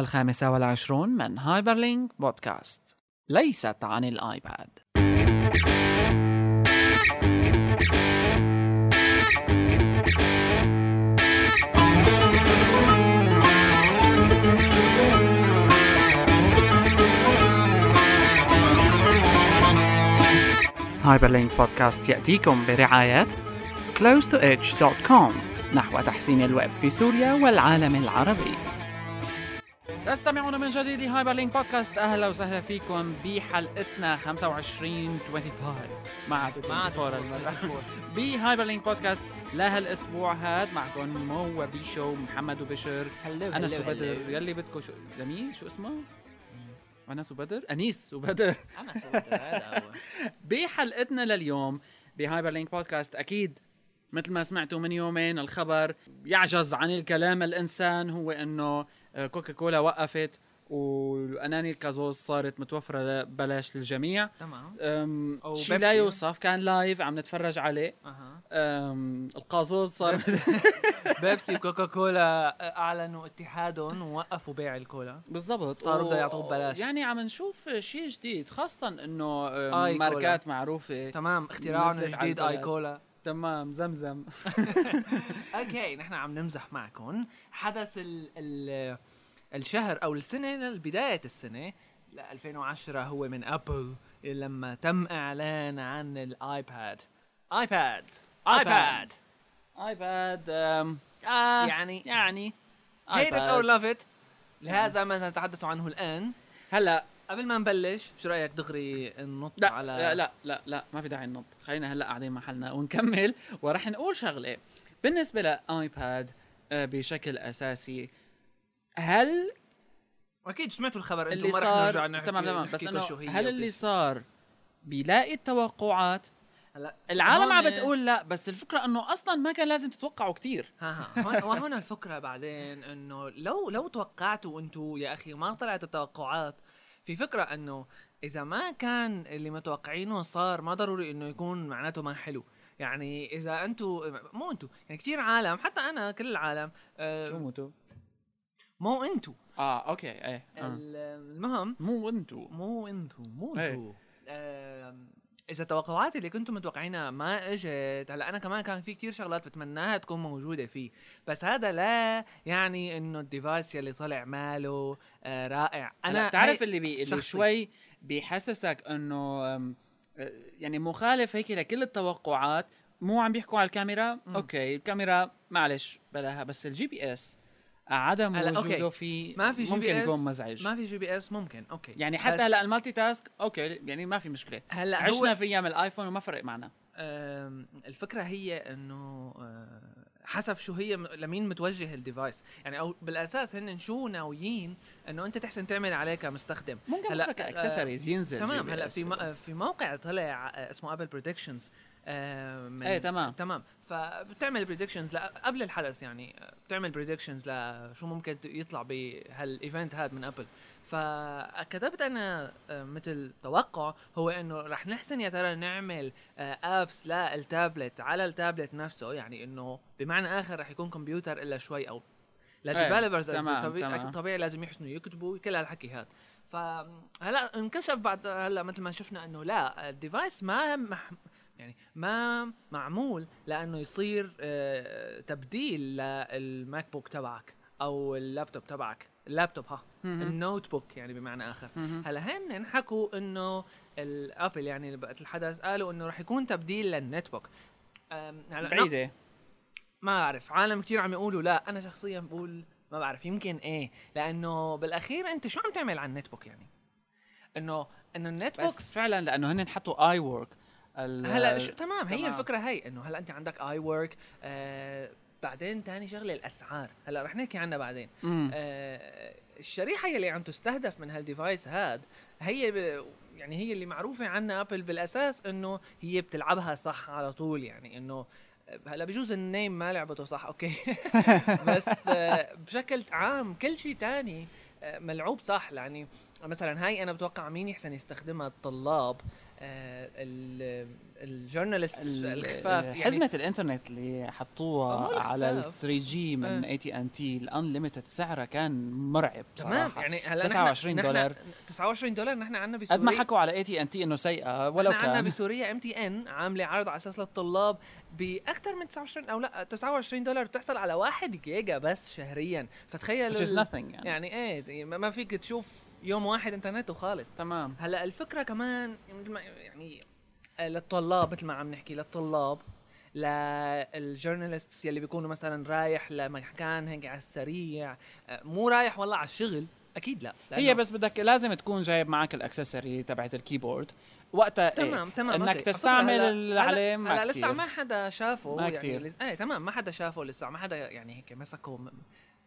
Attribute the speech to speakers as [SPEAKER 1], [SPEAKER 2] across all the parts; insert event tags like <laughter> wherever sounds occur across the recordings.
[SPEAKER 1] الخامسة والعشرون من هايبرلينك بودكاست ليست عن الآيباد هايبرلينك بودكاست يأتيكم برعاية close2edge.com نحو تحسين الويب في سوريا والعالم العربي تستمعون من جديد لهايبرلينك بودكاست اهلا وسهلا فيكم بحلقتنا 25 25 ما عاد
[SPEAKER 2] ما عاد
[SPEAKER 1] 24 المرة. <laughs> بهايبرلينك بودكاست لهالاسبوع هاد معكم مو وبيشو ومحمد وبشر
[SPEAKER 2] هلو
[SPEAKER 1] انا وبدر يلي بدكم شو لمين شو اسمه؟ انا وبدر انيس وبدر
[SPEAKER 2] انا صوت هذا هو
[SPEAKER 1] <laughs> بحلقتنا لليوم بهايبرلينك بودكاست اكيد مثل ما سمعتوا من يومين الخبر يعجز عن الكلام الانسان هو انه آه، كوكا كولا وقفت والاناني الكازوز صارت متوفره بلاش للجميع
[SPEAKER 2] تمام
[SPEAKER 1] أم،
[SPEAKER 2] أو
[SPEAKER 1] شي
[SPEAKER 2] بيبسي.
[SPEAKER 1] لا يوصف كان لايف عم نتفرج عليه
[SPEAKER 2] اها
[SPEAKER 1] أم، القازوز صار
[SPEAKER 2] <laughs> بيبسي وكوكا كولا اعلنوا اتحادهم ووقفوا بيع الكولا
[SPEAKER 1] بالضبط
[SPEAKER 2] صاروا
[SPEAKER 1] و-
[SPEAKER 2] بدهم يعطوه ببلاش.
[SPEAKER 1] يعني عم نشوف شيء جديد خاصه انه أم،
[SPEAKER 2] آي كولا.
[SPEAKER 1] ماركات معروفه
[SPEAKER 2] تمام اختراعهم
[SPEAKER 1] نزلت على
[SPEAKER 2] الجديد اي
[SPEAKER 1] البلد.
[SPEAKER 2] كولا
[SPEAKER 1] تمام زمزم
[SPEAKER 2] اوكي نحن عم نمزح معكم حدث ال ال الشهر او السنه بدايه السنه ل 2010 هو من ابل لما تم اعلان عن الايباد ايباد ايباد
[SPEAKER 1] ايباد أم، آه
[SPEAKER 2] يعني
[SPEAKER 1] يعني
[SPEAKER 2] هيت ات اور
[SPEAKER 1] iPad.
[SPEAKER 2] لاف ات لهذا ما نتحدث عنه الان
[SPEAKER 1] هلا
[SPEAKER 2] قبل ما نبلش شو رايك دغري ننط
[SPEAKER 1] لا
[SPEAKER 2] على
[SPEAKER 1] لا لا لا لا ما في داعي ننط خلينا هلا قاعدين محلنا ونكمل <laughs> ورح نقول شغله بالنسبه لايباد آه، بشكل اساسي هل
[SPEAKER 2] اكيد سمعتوا الخبر انتم
[SPEAKER 1] اللي
[SPEAKER 2] ما رح نرجع
[SPEAKER 1] صار
[SPEAKER 2] نحكي
[SPEAKER 1] تمام تمام
[SPEAKER 2] نحكي
[SPEAKER 1] بس
[SPEAKER 2] لكم
[SPEAKER 1] انه
[SPEAKER 2] شو هي
[SPEAKER 1] هل
[SPEAKER 2] وبس.
[SPEAKER 1] اللي صار بيلاقي التوقعات
[SPEAKER 2] هلا
[SPEAKER 1] العالم عم
[SPEAKER 2] هون-
[SPEAKER 1] بتقول لا بس الفكره انه اصلا ما كان لازم تتوقعوا كتير
[SPEAKER 2] ها ها هون- <laughs> وهون الفكره بعدين انه لو لو توقعتوا انتم يا اخي ما طلعت التوقعات في فكره انه اذا ما كان اللي متوقعينه صار ما ضروري انه يكون معناته ما حلو يعني اذا انتم مو انتم يعني كثير عالم حتى انا كل العالم آه،
[SPEAKER 1] موتوا
[SPEAKER 2] مو انتم
[SPEAKER 1] اه اوكي ايه آه.
[SPEAKER 2] المهم
[SPEAKER 1] مو انتو
[SPEAKER 2] مو انتو مو
[SPEAKER 1] إيه.
[SPEAKER 2] انتو آم، اذا التوقعات اللي كنتم متوقعينها ما اجت هلا انا كمان كان في كتير شغلات بتمناها تكون موجوده فيه بس هذا لا يعني انه الديفايس يلي طلع ماله آه رائع
[SPEAKER 1] انا
[SPEAKER 2] انا
[SPEAKER 1] بتعرف
[SPEAKER 2] هي-
[SPEAKER 1] اللي بي اللي
[SPEAKER 2] شخصي.
[SPEAKER 1] شوي بيحسسك انه أم، أه، يعني مخالف هيك لكل التوقعات مو عم بيحكوا على الكاميرا
[SPEAKER 2] مم.
[SPEAKER 1] اوكي الكاميرا معلش بلاها بس الجي بي اس عدم
[SPEAKER 2] هلا، أوكي.
[SPEAKER 1] وجوده في
[SPEAKER 2] ما في جي
[SPEAKER 1] ممكن
[SPEAKER 2] بي اس
[SPEAKER 1] يكون مزعج
[SPEAKER 2] ما في جي بي اس ممكن اوكي
[SPEAKER 1] يعني حتى
[SPEAKER 2] بس
[SPEAKER 1] هلا المالتي تاسك اوكي يعني ما في مشكله
[SPEAKER 2] هلا
[SPEAKER 1] عشنا
[SPEAKER 2] عشنا
[SPEAKER 1] فيها من الايفون وما فرق معنا
[SPEAKER 2] الفكره هي انه آه، حسب شو هي م- لمين متوجه الديفايس يعني او بالاساس هن شو ناويين انه انت تحسن تعمل عليه كمستخدم
[SPEAKER 1] ممكن
[SPEAKER 2] هلا،
[SPEAKER 1] هلا كاكسسوارز ينزل
[SPEAKER 2] تمام
[SPEAKER 1] جي بي
[SPEAKER 2] هلا
[SPEAKER 1] اس.
[SPEAKER 2] في م- في موقع طلع آه، اسمه ابل بريدكشنز
[SPEAKER 1] ايه تمام
[SPEAKER 2] تمام فبتعمل بريدكشنز قبل الحدث يعني آه، بتعمل بريدكشنز لشو ممكن ت- يطلع بهالايفنت هذا من ابل فكتبت انا آه، مثل توقع هو انه رح نحسن يا ترى نعمل ابس للتابلت على التابلت نفسه يعني انه بمعنى اخر رح يكون كمبيوتر الا شوي او للديفلوبرز
[SPEAKER 1] إيه، تمام،
[SPEAKER 2] طبيعي,
[SPEAKER 1] تمام.
[SPEAKER 2] طبيعي لازم يحسنوا يكتبوا كل هالحكي هذا فهلا انكشف بعد هلا مثل ما شفنا انه لا الديفايس ما مح يعني ما معمول لانه يصير آه، تبديل للماك بوك تبعك او اللابتوب تبعك اللابتوب ها
[SPEAKER 1] مهم.
[SPEAKER 2] النوت بوك يعني بمعنى اخر
[SPEAKER 1] مهم.
[SPEAKER 2] هلا هن حكوا انه الابل يعني اللي بقت الحدث قالوا انه رح يكون تبديل للنت بوك أم، هلا أنا
[SPEAKER 1] بعيده
[SPEAKER 2] ما بعرف عالم كتير عم يقولوا لا انا شخصيا بقول ما بعرف يمكن ايه لانه بالاخير انت شو عم تعمل على النت بوك يعني انه انه النت بوك
[SPEAKER 1] بس فعلا لانه هن حطوا اي وورك
[SPEAKER 2] هلا شو تمام هي
[SPEAKER 1] تمام.
[SPEAKER 2] الفكره هي انه هلا انت عندك اي ورك آه بعدين تاني شغله الاسعار هلا رح نحكي عنها بعدين آه، الشريحه يلي عم تستهدف من هالديفايس هاد هي ب... يعني هي اللي معروفه عنا ابل بالاساس انه هي بتلعبها صح على طول يعني انه هلا بجوز النيم ما لعبته صح
[SPEAKER 1] <laughs>
[SPEAKER 2] اوكي بس آه، بشكل عام كل شيء تاني آه، ملعوب صح يعني مثلا هاي انا بتوقع مين يحسن يستخدمها الطلاب آه، ال- الجورناليست الخفاف يعني
[SPEAKER 1] حزمه الانترنت اللي
[SPEAKER 2] آه، مو
[SPEAKER 1] حطوها على ال
[SPEAKER 2] الخفاف.
[SPEAKER 1] 3 جي من
[SPEAKER 2] آه.
[SPEAKER 1] اي تي ان تي الانليمتد سعرها كان مرعب
[SPEAKER 2] تمام
[SPEAKER 1] صراحه
[SPEAKER 2] يعني هلا نحن-
[SPEAKER 1] 29
[SPEAKER 2] نحن-
[SPEAKER 1] دولار.
[SPEAKER 2] 29 دولار نحن عندنا بسوريا
[SPEAKER 1] قد ما حكوا على اي تي ان تي انه سيئه ولو
[SPEAKER 2] نحن عندنا
[SPEAKER 1] كان
[SPEAKER 2] بسوريا ام تي ان عامله عرض على اساس للطلاب باكثر من 29 او لا 29 دولار بتحصل على 1 جيجا بس شهريا فتخيل
[SPEAKER 1] which is
[SPEAKER 2] ال-
[SPEAKER 1] nothing يعني,
[SPEAKER 2] يعني ايه ما ما فيك تشوف يوم واحد انترنت وخالص
[SPEAKER 1] تمام
[SPEAKER 2] هلا الفكره كمان مثل ما يعني آه، للطلاب مثل ما عم نحكي للطلاب للجورناليستس يلي بيكونوا مثلا رايح لمكان هيك على السريع آه، مو رايح والله على الشغل اكيد لا
[SPEAKER 1] هي
[SPEAKER 2] لأنه-
[SPEAKER 1] بس بدك لازم تكون جايب معك الاكسسوري تبعت الكيبورد وقتها
[SPEAKER 2] تمام
[SPEAKER 1] إيه؟
[SPEAKER 2] تمام
[SPEAKER 1] انك
[SPEAKER 2] أوكي.
[SPEAKER 1] تستعمل
[SPEAKER 2] هلا- هلا-
[SPEAKER 1] العلم ما
[SPEAKER 2] هلا لسه
[SPEAKER 1] كتير.
[SPEAKER 2] ما حدا شافه
[SPEAKER 1] ما
[SPEAKER 2] يعني
[SPEAKER 1] كتير.
[SPEAKER 2] لس... ايه تمام ما حدا شافه لسه ما حدا يعني هيك مسكه م-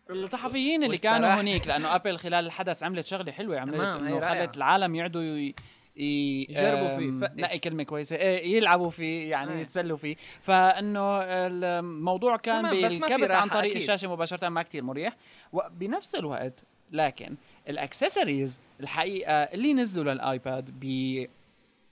[SPEAKER 1] الصحفيين اللي
[SPEAKER 2] واستراح.
[SPEAKER 1] كانوا هنيك لانه ابل خلال الحدث عملت شغله حلوه عملت
[SPEAKER 2] تمام، هي
[SPEAKER 1] انه
[SPEAKER 2] رائعة.
[SPEAKER 1] خلت العالم يقعدوا ي... ي...
[SPEAKER 2] يجربوا فيه،
[SPEAKER 1] أم،
[SPEAKER 2] فقس.
[SPEAKER 1] لاقي كلمه كويسه إيه يلعبوا فيه يعني
[SPEAKER 2] إيه.
[SPEAKER 1] يتسلوا فيه فانه الموضوع كان
[SPEAKER 2] تمام، بس ما في
[SPEAKER 1] بالكبس عن
[SPEAKER 2] راحة
[SPEAKER 1] طريق
[SPEAKER 2] أكيد.
[SPEAKER 1] الشاشه مباشره ما كتير مريح وبنفس الوقت لكن الاكسسوارز الحقيقه اللي نزلوا للايباد ب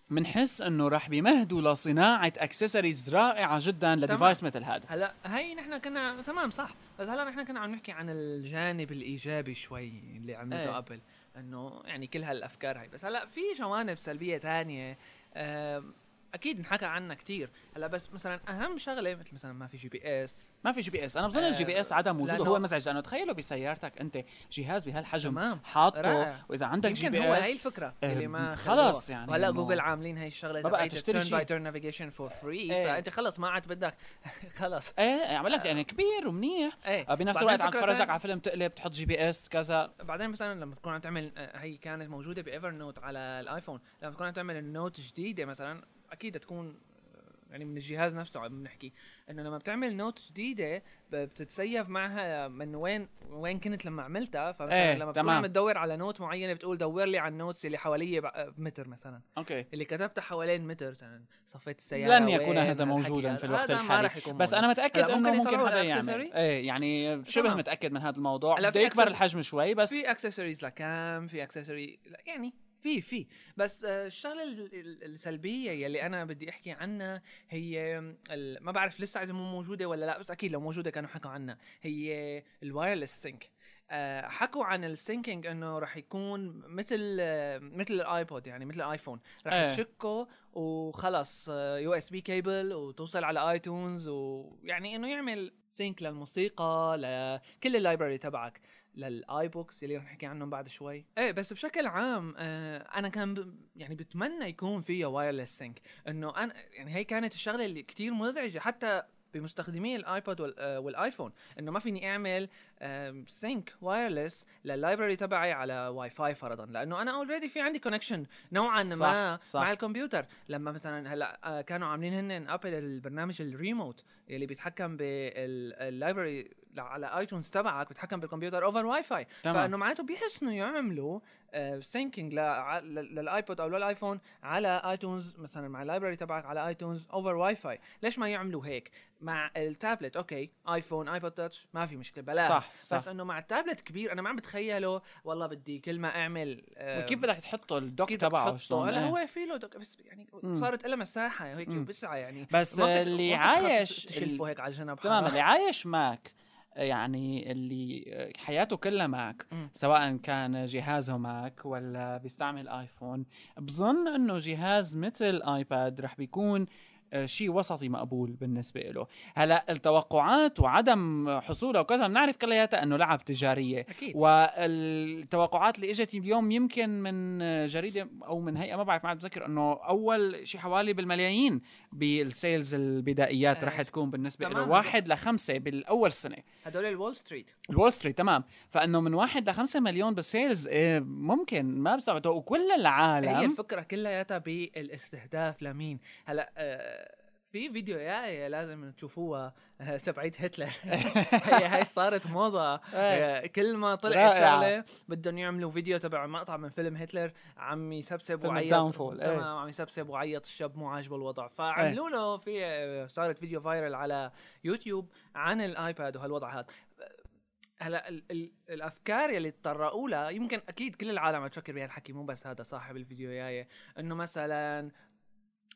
[SPEAKER 1] بنحس انه راح بيمهدوا لصناعه اكسسوارز رائعه جدا لديفايس مثل هذا
[SPEAKER 2] هلا هي نحن كنا تمام صح بس هلا نحن كنا عم نحكي عن الجانب الايجابي شوي اللي عملته
[SPEAKER 1] إيه.
[SPEAKER 2] ايه. ابل انه يعني كل هالافكار هاي بس هلا في جوانب سلبيه تانية آم، اكيد انحكى عنها كتير هلا بس مثلا اهم شغله مثل مثلا ما في جي بي اس
[SPEAKER 1] ما في جي بي اس انا بظن الجي بي اس عدم وجوده
[SPEAKER 2] آه، لأنه-
[SPEAKER 1] هو مزعج لانه تخيلوا بسيارتك انت جهاز بهالحجم
[SPEAKER 2] تمام.
[SPEAKER 1] حاطه
[SPEAKER 2] رائع.
[SPEAKER 1] واذا عندك جي
[SPEAKER 2] يمكن
[SPEAKER 1] بي
[SPEAKER 2] هو هاي
[SPEAKER 1] اس
[SPEAKER 2] الفكره
[SPEAKER 1] آه،
[SPEAKER 2] اللي ما
[SPEAKER 1] خلص
[SPEAKER 2] خلوها.
[SPEAKER 1] يعني
[SPEAKER 2] وهلا
[SPEAKER 1] إنه-
[SPEAKER 2] جوجل عاملين هاي الشغله
[SPEAKER 1] ما بقى
[SPEAKER 2] تبعت
[SPEAKER 1] تشتري
[SPEAKER 2] التيرن
[SPEAKER 1] شيء.
[SPEAKER 2] باي تيرن نافيجيشن فور فري
[SPEAKER 1] إيه.
[SPEAKER 2] فانت خلص ما عاد بدك <laughs> خلص
[SPEAKER 1] ايه عمل لك يعني كبير ومنيح
[SPEAKER 2] ايه
[SPEAKER 1] آه، بنفس
[SPEAKER 2] آه.
[SPEAKER 1] الوقت
[SPEAKER 2] بعدين
[SPEAKER 1] عم
[SPEAKER 2] فكرة
[SPEAKER 1] تفرجك
[SPEAKER 2] تانية-
[SPEAKER 1] على فيلم تقلب تحط جي بي اس كذا
[SPEAKER 2] بعدين مثلا لما تكون عم تعمل آه، هي كانت موجوده بايفر نوت على الايفون لما تكون عم تعمل النوت جديده مثلا اكيد تكون يعني من الجهاز نفسه عم نحكي انه لما بتعمل نوت جديده ب- بتتسيف معها من وين وين كنت لما عملتها فمثلا
[SPEAKER 1] إيه،
[SPEAKER 2] لما بتكون
[SPEAKER 1] تمام.
[SPEAKER 2] عم تدور على نوت معينه بتقول دور لي على النوتس اللي آه، حواليه بع- بمتر مثلا
[SPEAKER 1] اوكي
[SPEAKER 2] اللي كتبتها حوالين متر مثلا صفيت السياره
[SPEAKER 1] لن يكون
[SPEAKER 2] وين،
[SPEAKER 1] هذا
[SPEAKER 2] هالحكي
[SPEAKER 1] موجودا
[SPEAKER 2] هذا.
[SPEAKER 1] في الوقت
[SPEAKER 2] هذا ما
[SPEAKER 1] الحالي
[SPEAKER 2] رح يكون
[SPEAKER 1] بس
[SPEAKER 2] موجود.
[SPEAKER 1] انا متاكد
[SPEAKER 2] هلا
[SPEAKER 1] انه
[SPEAKER 2] ممكن
[SPEAKER 1] ممكن
[SPEAKER 2] يطلعوا
[SPEAKER 1] حدا
[SPEAKER 2] على
[SPEAKER 1] يعمل
[SPEAKER 2] accessory؟
[SPEAKER 1] ايه يعني شبه
[SPEAKER 2] تمام.
[SPEAKER 1] متاكد من هذا الموضوع
[SPEAKER 2] هلا
[SPEAKER 1] بده
[SPEAKER 2] في
[SPEAKER 1] يكبر
[SPEAKER 2] accessory-
[SPEAKER 1] الحجم شوي بس
[SPEAKER 2] في اكسسوارز لكام في اكسسوري يعني في في بس آه، الشغله ال- ال- السلبيه يلي انا بدي احكي عنها هي ال- ما بعرف لسه اذا مو موجوده ولا لا بس اكيد لو موجوده كانوا حكوا عنها هي الوايرلس سينك آه، حكوا عن السينكينج انه رح يكون مثل آه، مثل الايبود يعني مثل الايفون رح
[SPEAKER 1] إيه.
[SPEAKER 2] ايه. تشكه وخلص آه، يو اس بي كيبل وتوصل على ايتونز ويعني انه يعمل سينك للموسيقى لكل اللايبراري تبعك للاي بوكس اللي رح نحكي عنهم بعد شوي ايه بس بشكل عام آه انا كان ب... يعني بتمنى يكون فيها وايرلس سينك انه انا يعني هي كانت الشغله اللي كتير مزعجه حتى بمستخدمي الايباد وال... آه، والايفون انه ما فيني اعمل سينك وايرلس لللايبرري تبعي على واي فاي فرضا لانه انا اوريدي في عندي كونكشن نوعا
[SPEAKER 1] صح،
[SPEAKER 2] ما
[SPEAKER 1] صح.
[SPEAKER 2] مع الكمبيوتر لما مثلا هلا آه، كانوا عاملين هن ابل البرنامج الريموت يلي بيتحكم باللايبرري على ايتونز تبعك بيتحكم بالكمبيوتر اوفر واي فاي
[SPEAKER 1] تمام.
[SPEAKER 2] فانه معناته بيحسنوا يعملوا آه، سينكينج للايبود او للايفون على ايتونز مثلا مع اللايبرري تبعك على ايتونز اوفر واي فاي ليش ما يعملوا هيك مع التابلت اوكي ايفون ايبود تاتش ما في مشكله بلاها
[SPEAKER 1] صح، صح.
[SPEAKER 2] بس انه مع التابلت كبير انا ما عم بتخيله والله بدي كل ما اعمل آه،
[SPEAKER 1] وكيف بدك تحطه الدوك
[SPEAKER 2] كيف
[SPEAKER 1] تبعه
[SPEAKER 2] تحطه
[SPEAKER 1] شلون؟
[SPEAKER 2] هلا
[SPEAKER 1] إيه.
[SPEAKER 2] هو في له دوك- بس يعني صارت لها مساحه هيك وبسعه يعني
[SPEAKER 1] بس
[SPEAKER 2] ما بتس-
[SPEAKER 1] اللي
[SPEAKER 2] ما بتسخط
[SPEAKER 1] عايش-
[SPEAKER 2] تشلفه هيك على الجنب
[SPEAKER 1] تمام
[SPEAKER 2] حرام.
[SPEAKER 1] اللي عايش معك يعني اللي حياته كلها معك
[SPEAKER 2] مم.
[SPEAKER 1] سواء كان جهازه معك ولا بيستعمل ايفون بظن انه جهاز مثل ايباد رح بيكون شيء وسطي مقبول بالنسبة له هلا التوقعات وعدم حصولها وكذا بنعرف كلياتها انه لعب تجارية
[SPEAKER 2] اكيد
[SPEAKER 1] والتوقعات اللي اجت اليوم يمكن من جريده او من هيئه ما بعرف ما عم بتذكر انه اول شيء حوالي بالملايين بالسيلز البدائيات
[SPEAKER 2] آه.
[SPEAKER 1] رح تكون بالنسبه له
[SPEAKER 2] تمام.
[SPEAKER 1] واحد لخمسه بالاول سنه
[SPEAKER 2] هدول الول ستريت
[SPEAKER 1] الول ستريت تمام فانه من واحد لخمسة مليون بالسيلز إيه، ممكن ما بستبعده وكل
[SPEAKER 2] هي
[SPEAKER 1] العالم
[SPEAKER 2] الفكره كلياتها بالاستهداف لمين هلا آه، في فيديو يا لازم تشوفوها آه، تبعيت هتلر <laughs> هي هاي صارت موضه
[SPEAKER 1] إيه.
[SPEAKER 2] آه، كل ما طلعت
[SPEAKER 1] رائعة.
[SPEAKER 2] شغله بدهم يعملوا فيديو تبع مقطع من فيلم هتلر عم يسبسب
[SPEAKER 1] فيلم
[SPEAKER 2] وعيط
[SPEAKER 1] Downfall، إيه.
[SPEAKER 2] تمام عم يسبسب وعيط الشاب مو عاجبه الوضع فعملوا له في آه، صارت فيديو فايرل على يوتيوب عن الايباد وهالوضع هذا هلا ال ال الافكار يلي تطرقوا لها يمكن اكيد كل العالم عم تفكر بهالحكي مو بس هذا صاحب الفيديو جاي انه مثلا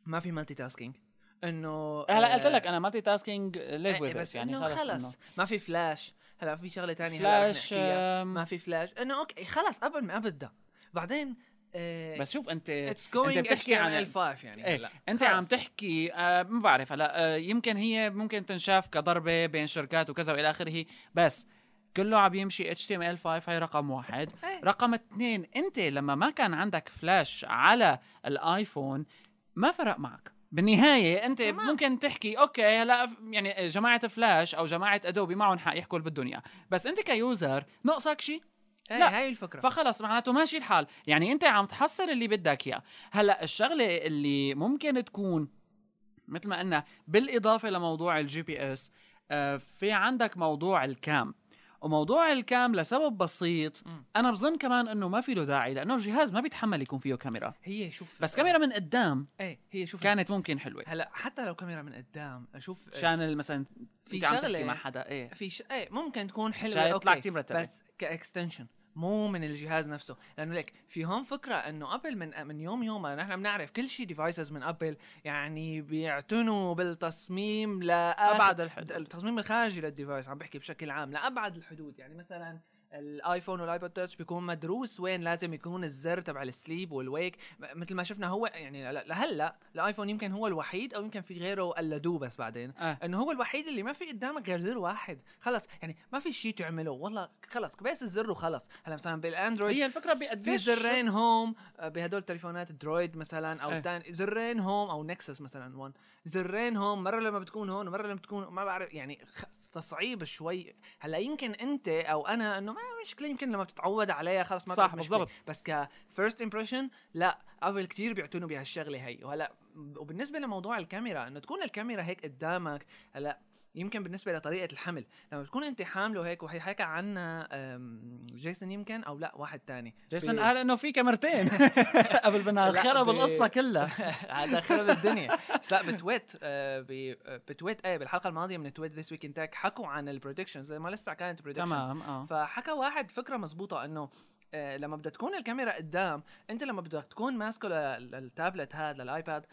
[SPEAKER 2] ما في مالتي تاسكينج انه
[SPEAKER 1] هلا
[SPEAKER 2] آه،
[SPEAKER 1] قلت لك انا مالتي تاسكينج ليف
[SPEAKER 2] إيه،
[SPEAKER 1] وذ
[SPEAKER 2] بس
[SPEAKER 1] يعني
[SPEAKER 2] انه خلص ما في فلاش هلا في شغله تانية هلا رح
[SPEAKER 1] فلاش
[SPEAKER 2] نحكيها
[SPEAKER 1] آم،
[SPEAKER 2] ما في فلاش انه اوكي خلص قبل ما ابدا بعدين آه
[SPEAKER 1] بس شوف انت
[SPEAKER 2] اتس جوينج
[SPEAKER 1] انت بتحكي عن
[SPEAKER 2] ال 5 يعني
[SPEAKER 1] ايه
[SPEAKER 2] هلا
[SPEAKER 1] انت
[SPEAKER 2] خلص.
[SPEAKER 1] عم تحكي آه ما بعرف هلا آه يمكن هي ممكن تنشاف كضربه بين شركات وكذا والى اخره بس كله عم يمشي HTML5 هاي رقم واحد
[SPEAKER 2] إيه.
[SPEAKER 1] رقم اثنين انت لما ما كان عندك فلاش على الايفون ما فرق معك بالنهايه انت
[SPEAKER 2] تمام.
[SPEAKER 1] ممكن تحكي اوكي هلا ف- يعني جماعه فلاش او جماعه ادوبي معهم حق يحكوا اللي بدهم اياه بس انت كيوزر ناقصك شيء
[SPEAKER 2] هاي-
[SPEAKER 1] لا.
[SPEAKER 2] هاي الفكره
[SPEAKER 1] فخلص معناته ماشي الحال يعني انت عم تحصل اللي بدك اياه هلا الشغله اللي ممكن تكون مثل ما قلنا بالاضافه لموضوع الجي بي اس آه، في عندك موضوع الكام وموضوع الكام لسبب بسيط
[SPEAKER 2] مم.
[SPEAKER 1] انا بظن كمان انه ما في له داعي لانه الجهاز ما بيتحمل يكون فيه كاميرا
[SPEAKER 2] هي شوف
[SPEAKER 1] بس كاميرا من قدام
[SPEAKER 2] ايه هي شوف
[SPEAKER 1] كانت ممكن حلوه
[SPEAKER 2] هلا حتى لو كاميرا من قدام اشوف
[SPEAKER 1] عشان مثلا
[SPEAKER 2] إيه. في
[SPEAKER 1] في عم
[SPEAKER 2] شغلة-
[SPEAKER 1] تحكي مع حدا ايه
[SPEAKER 2] في ش... ايه ممكن تكون حلوه
[SPEAKER 1] شايف طلع
[SPEAKER 2] اوكي
[SPEAKER 1] كتير مرتبة.
[SPEAKER 2] بس كاكستنشن مو من الجهاز نفسه لانه لك في هون فكره انه ابل من من يوم يوم نحن بنعرف كل شيء ديفايسز من ابل يعني بيعتنوا بالتصميم لابعد
[SPEAKER 1] أبعد الحدود.
[SPEAKER 2] الحدود التصميم الخارجي للديفايس عم بحكي بشكل عام لابعد الحدود يعني مثلا الايفون والايباد تاتش بيكون مدروس وين لازم يكون الزر تبع السليب والويك م- مثل ما شفنا هو يعني ل- لهلا الايفون يمكن هو الوحيد او يمكن في غيره قلدوه بس بعدين
[SPEAKER 1] آه.
[SPEAKER 2] انه هو الوحيد اللي ما في قدامك غير زر واحد خلص يعني ما في شيء تعمله والله خلص بس الزر وخلص هلا مثلا بالاندرويد
[SPEAKER 1] هي الفكره
[SPEAKER 2] في
[SPEAKER 1] بقديش
[SPEAKER 2] زرين هوم آه، بهدول تليفونات الدرويد مثلا او
[SPEAKER 1] إيه.
[SPEAKER 2] تان زرين هوم او نكسس مثلا 1 زرين هوم مره لما بتكون هون ومره لما بتكون ما بعرف يعني خ- تصعيب شوي هلا يمكن انت او انا انه ما مشكله يمكن لما بتتعود عليها خلص ما
[SPEAKER 1] صح،
[SPEAKER 2] بتعمل مشكلة.
[SPEAKER 1] بالضبط.
[SPEAKER 2] بس كفيرست امبريشن لا قبل كتير بيعتنوا بهالشغله هي وهلا وبالنسبه لموضوع الكاميرا انه تكون الكاميرا هيك قدامك هلا يمكن بالنسبه لطريقه الحمل لما تكون انت حامله هيك وهي حكى عنها أم، جيسون يمكن او لا واحد تاني
[SPEAKER 1] جيسون
[SPEAKER 2] بي-
[SPEAKER 1] قال انه في
[SPEAKER 2] <laughs>
[SPEAKER 1] كاميرتين <laughs> قبل بنار
[SPEAKER 2] لا،
[SPEAKER 1] خرب
[SPEAKER 2] ب-
[SPEAKER 1] القصه كلها
[SPEAKER 2] هذا خرب الدنيا بس لا بتويت آه، ب- آه، بتويت ايه بالحلقه الماضيه من تويت ذيس ويك تاك حكوا عن البريدكشنز ما لسه كانت بريدكشنز
[SPEAKER 1] تمام اه
[SPEAKER 2] فحكى واحد فكره مزبوطه انه آه، لما بدها تكون الكاميرا قدام انت لما بدك تكون ماسكه لل- للتابلت هذا للايباد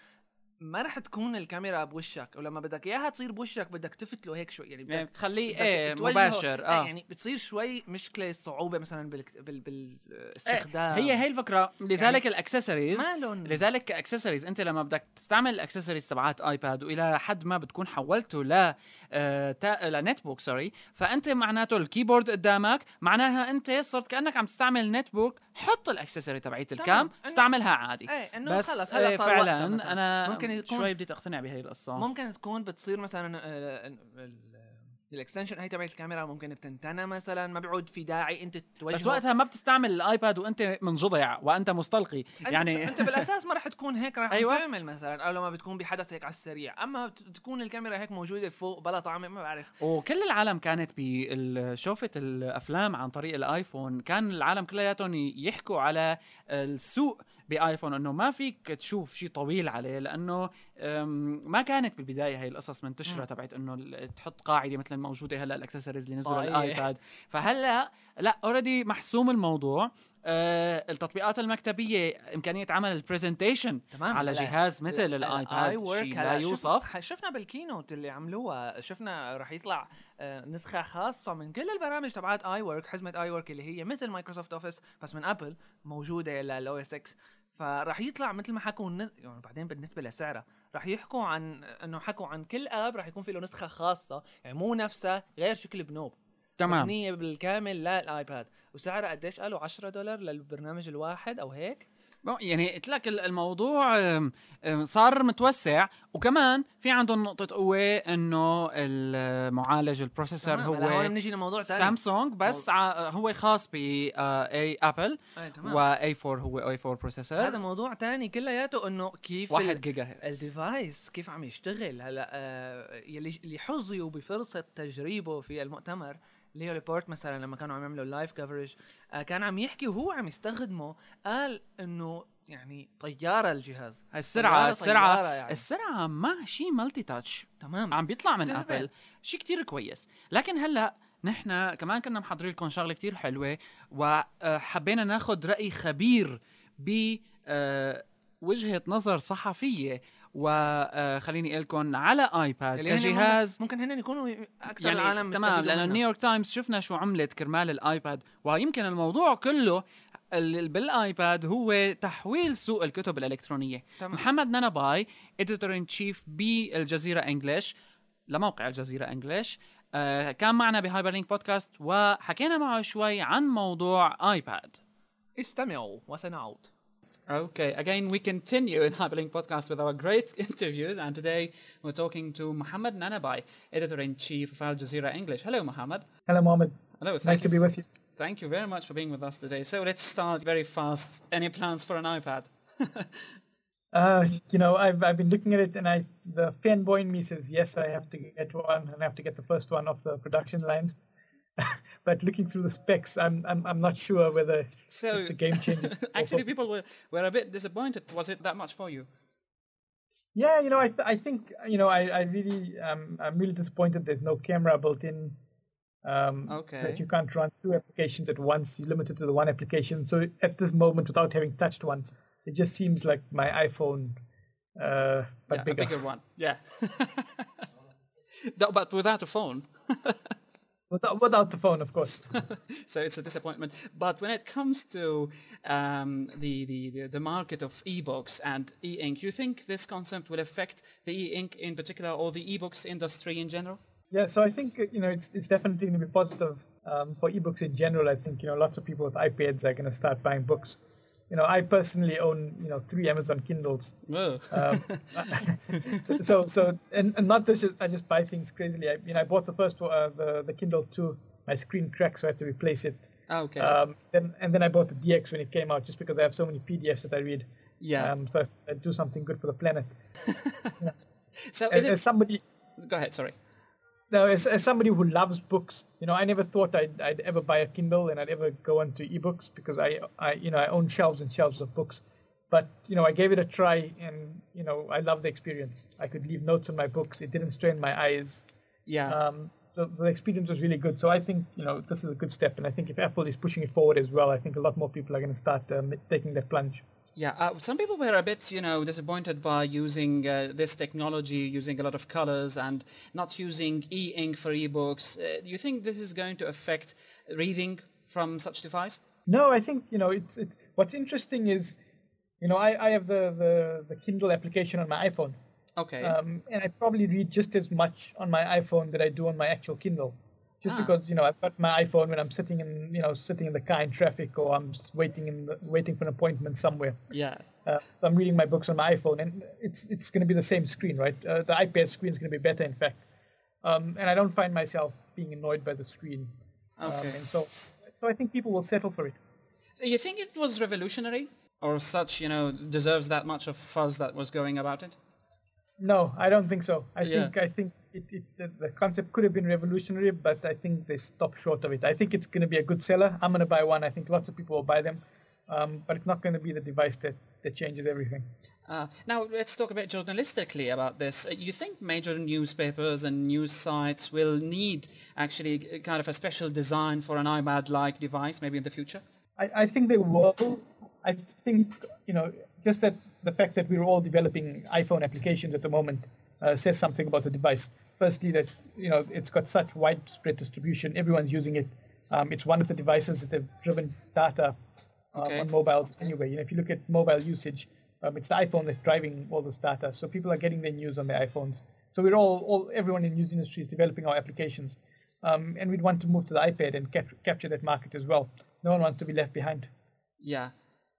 [SPEAKER 2] ما رح تكون الكاميرا بوشك ولما بدك اياها تصير بوشك بدك تفتله هيك شوي يعني
[SPEAKER 1] يعني
[SPEAKER 2] بدك
[SPEAKER 1] بتخليه
[SPEAKER 2] بدك
[SPEAKER 1] ايه
[SPEAKER 2] توجهه-
[SPEAKER 1] مباشر
[SPEAKER 2] آه،
[SPEAKER 1] اه
[SPEAKER 2] يعني بتصير شوي مشكله صعوبه مثلا بالك- بال-
[SPEAKER 1] إيه،
[SPEAKER 2] بالاستخدام
[SPEAKER 1] هي هي الفكره
[SPEAKER 2] يعني
[SPEAKER 1] لذلك الاكسسوارز
[SPEAKER 2] مالن
[SPEAKER 1] لذلك كاكسسوارز انت لما بدك تستعمل الاكسسوارز تبعات ايباد والى حد ما بتكون حولته ل آه، تا- لنت بوك سوري فانت معناته الكيبورد قدامك معناها انت صرت كانك عم تستعمل نت بوك حط الاكسسوري تبعيت
[SPEAKER 2] تمام.
[SPEAKER 1] الكام
[SPEAKER 2] إنه-
[SPEAKER 1] استعملها عادي
[SPEAKER 2] ايه انه
[SPEAKER 1] بس
[SPEAKER 2] خلص هلا
[SPEAKER 1] آه،
[SPEAKER 2] صار وقتها
[SPEAKER 1] فعلا
[SPEAKER 2] مثلاً.
[SPEAKER 1] انا
[SPEAKER 2] ممكن يكون
[SPEAKER 1] شوي بدي تقتنع بهي القصه
[SPEAKER 2] ممكن تكون بتصير مثلا آه، ال- ال- الاكستنشن هي تبعت الكاميرا ممكن بتنتنى مثلا ما بيعود في داعي انت توجهه
[SPEAKER 1] بس وقتها ما بتستعمل الايباد وانت منجضع وانت مستلقي
[SPEAKER 2] انت
[SPEAKER 1] يعني
[SPEAKER 2] انت بالاساس ما رح تكون هيك رح
[SPEAKER 1] أيوة.
[SPEAKER 2] أيوة. تعمل مثلا او لما بتكون بحدث هيك على السريع اما بت- تكون الكاميرا هيك موجوده فوق بلا طعمه ما بعرف
[SPEAKER 1] وكل العالم كانت بشوفة الافلام عن طريق الايفون كان العالم كلياتهم يحكوا على السوق بايفون انه ما فيك تشوف شيء طويل عليه لانه أم، ما كانت بالبدايه هي القصص منتشره
[SPEAKER 2] مم.
[SPEAKER 1] تبعت انه ال- تحط قاعده مثل الموجوده هلا الاكسسوارز اللي نزلوا
[SPEAKER 2] آه، إيه.
[SPEAKER 1] الايباد فهلا لا اوريدي محسوم الموضوع أه، التطبيقات المكتبيه امكانيه عمل البرزنتيشن
[SPEAKER 2] تمام
[SPEAKER 1] على
[SPEAKER 2] هلا
[SPEAKER 1] جهاز مثل
[SPEAKER 2] ال-
[SPEAKER 1] الايباد
[SPEAKER 2] iWork
[SPEAKER 1] شيء لا
[SPEAKER 2] هلا شف-
[SPEAKER 1] يوصف
[SPEAKER 2] ح- شفنا بالكينوت اللي عملوها شفنا رح يطلع آه، نسخه خاصه من كل البرامج تبعات اي ورك حزمه اي ورك اللي هي مثل مايكروسوفت اوفيس بس من ابل موجوده للاو اس اكس فرح يطلع مثل ما حكوا النز... يعني بعدين بالنسبه لسعرها رح يحكوا عن انه حكوا عن كل اب رح يكون في له نسخه خاصه يعني مو نفسها غير شكل بنوب
[SPEAKER 1] تمام
[SPEAKER 2] مبنيه بالكامل للايباد وسعرها قديش قالوا 10 دولار للبرنامج الواحد او هيك
[SPEAKER 1] بو- يعني قلت لك ال- الموضوع أم، أم، صار متوسع وكمان في عندهم نقطة قوة انه المعالج البروسيسور
[SPEAKER 2] تمام، هلا هون
[SPEAKER 1] هو
[SPEAKER 2] بنيجي لموضوع ثاني
[SPEAKER 1] سامسونج بس ع- هو خاص ب آه، اي ابل
[SPEAKER 2] ايه تمام
[SPEAKER 1] و A4 هو A4
[SPEAKER 2] هذا
[SPEAKER 1] بروسيسور
[SPEAKER 2] موضوع تاني كلياته انه كيف
[SPEAKER 1] واحد
[SPEAKER 2] ال-
[SPEAKER 1] جيجا هرتز
[SPEAKER 2] الديفايس كيف عم يشتغل هلا آه، يلي اللي حظيوا بفرصه تجريبه في المؤتمر ليو ليبورت مثلا لما كانوا عم يعملوا اللايف كفرج آه، كان عم يحكي وهو عم يستخدمه قال انه يعني طياره الجهاز
[SPEAKER 1] السرعة السرعة
[SPEAKER 2] طيارة يعني.
[SPEAKER 1] السرعة مع شيء مالتي تاتش
[SPEAKER 2] تمام
[SPEAKER 1] نعم، عم بيطلع من
[SPEAKER 2] تهبل.
[SPEAKER 1] ابل شيء كتير كويس لكن هلا نحن كمان كنا محضرين لكم شغله كتير حلوه وحبينا آه، ناخذ راي خبير ب آه، وجهه نظر صحفيه وخليني اقول لكم على ايباد
[SPEAKER 2] اللي هن
[SPEAKER 1] كجهاز
[SPEAKER 2] ممكن هن يكونوا اكثر
[SPEAKER 1] يعني
[SPEAKER 2] العالم
[SPEAKER 1] تمام
[SPEAKER 2] بيستفيدوا
[SPEAKER 1] لانه
[SPEAKER 2] منها.
[SPEAKER 1] نيويورك تايمز شفنا شو عملت كرمال الايباد ويمكن الموضوع كله ال- بالايباد هو تحويل سوق الكتب الالكترونيه
[SPEAKER 2] تمام.
[SPEAKER 1] محمد ناناباي اديتور ان تشيف بالجزيره انجلش لموقع الجزيره انجلش آه كان معنا بهايبر لينك بودكاست وحكينا معه شوي عن موضوع ايباد
[SPEAKER 2] استمعوا وسنعود
[SPEAKER 1] Okay, again, we continue in Hyperlink Podcast with our great <laughs> interviews, and today we're talking to Mohammed Nanabai, editor in chief of Al Jazeera English. Hello, Mohammed.
[SPEAKER 3] Hello, Mohammed.
[SPEAKER 1] Hello, thank
[SPEAKER 3] Nice
[SPEAKER 1] you.
[SPEAKER 3] to be with you.
[SPEAKER 1] Thank you very much for being with us today. So let's start very fast. Any plans for an iPad? <laughs>
[SPEAKER 3] Uh, you know, I've I've been looking at it, and I the fanboy in me says yes, I have to get one, and I have to get the first one off the production line. <laughs> but looking through the specs, I'm I'm I'm not sure whether
[SPEAKER 1] So-
[SPEAKER 3] it's the game changer.
[SPEAKER 1] <laughs>
[SPEAKER 3] or
[SPEAKER 1] Actually, people were, were a bit disappointed. Was it that much for you?
[SPEAKER 3] <laughs> Yeah, you know, I th- I think you know, I I really um I'm really disappointed. There's no camera built in. Um,
[SPEAKER 1] Okay.
[SPEAKER 3] That you can't run two applications at once. You're limited to the one application. So at this moment, without having touched one, it just seems like my iPhone, uh, but
[SPEAKER 1] yeah,
[SPEAKER 3] bigger.
[SPEAKER 1] a bigger one. Yeah. <laughs> No, but without a phone.
[SPEAKER 3] Without, without the phone,
[SPEAKER 1] <laughs>
[SPEAKER 3] of course.
[SPEAKER 1] so it's a disappointment. But when it comes to um, the, the the- the market of e-books and e-ink, you think this concept will affect the e-ink in particular or the e-books industry in general?
[SPEAKER 3] yeah, so I think uh, you know it's it's definitely going to be positive um, for ebooks in general. I think you know lots of people with iPads are going to start buying books. You know, I personally own you know three Amazon Kindles.
[SPEAKER 1] Whoa.
[SPEAKER 3] Um,
[SPEAKER 1] <laughs>
[SPEAKER 3] so so and, and not this. Is, I just buy things crazily. I you know I bought the first one, uh, the the Kindle two. My screen cracked, so I had to replace it.
[SPEAKER 1] Oh, okay.
[SPEAKER 3] Um, then and then I bought the DX when it came out, just because I have so many PDFs that I read.
[SPEAKER 1] Yeah.
[SPEAKER 3] Um, so I, I do something good for the planet.
[SPEAKER 1] so
[SPEAKER 3] As,
[SPEAKER 1] is
[SPEAKER 3] as
[SPEAKER 1] it,
[SPEAKER 3] somebody
[SPEAKER 1] go ahead. Sorry.
[SPEAKER 3] Now, as, as somebody who loves books, you know, I never thought I'd, I'd ever buy a Kindle and I'd ever go into ebooks because I, I, you know, I own shelves and shelves of books. But you know, I gave it a try, and you know, I love the experience. I could leave notes on my books. It didn't strain my eyes.
[SPEAKER 1] Yeah.
[SPEAKER 3] Um, so, so the experience was really good. So I think you know this is a good step, and I think if Apple is pushing it forward as well, I think a lot more people are going to start um, taking that plunge.
[SPEAKER 1] Yeah, uh, some people were a bit, you know, disappointed by using uh, this technology, using a lot of colors, and not using e-ink for e-books. Uh, do you think this is going to affect reading from such device?
[SPEAKER 3] No, I think you know it's it's what's interesting is, you know, I, I have the, the the Kindle application on my iPhone.
[SPEAKER 1] Okay.
[SPEAKER 3] um, and I probably read just as much on my iPhone that I do on my actual Kindle, just
[SPEAKER 1] Ah.
[SPEAKER 3] because you know I've got my iPhone when I'm sitting in you know sitting in the car in traffic or I'm s- waiting in the, waiting for an appointment somewhere.
[SPEAKER 1] yeah.
[SPEAKER 3] Uh, so I'm reading my books on my iPhone, and it's it's going to be the same screen, right? Uh, the iPad screen is going to be better, in fact. Um, and I don't find myself being annoyed by the screen, um,
[SPEAKER 1] Okay.
[SPEAKER 3] and so so I think people will settle for it.
[SPEAKER 1] You think it was revolutionary or such, you know, deserves that much of fuzz that was going about it?
[SPEAKER 3] No, I don't think so. I
[SPEAKER 1] Yeah.
[SPEAKER 3] think I think it, it the, the concept could have been revolutionary, but I think they stopped short of it. I think it's going to be a good seller. I'm going to buy one. I think lots of people will buy them, um, but it's not going to be the device that that changes everything.
[SPEAKER 1] Uh, now, let's talk a bit journalistically about this. Uh, You think major newspapers and news sites will need actually uh, kind of a special design for an iPad-like device maybe in the future?
[SPEAKER 3] I, I think they will. I think you know just that the fact that we're all developing iPhone applications at the moment uh, says something about the device. Firstly, that you know it's got such widespread distribution; everyone's using it. Um, it's one of the devices that have driven data um,
[SPEAKER 1] Okay.
[SPEAKER 3] on mobiles anyway. You know, if you look at mobile usage, um, it's the iPhone that's driving all this data. So people are getting their news on their iPhones. So we're all, all everyone in news industry is developing our applications, um, and we'd want to move to the iPad and cap- capture that market as well. No one wants to be left behind.
[SPEAKER 1] Yeah,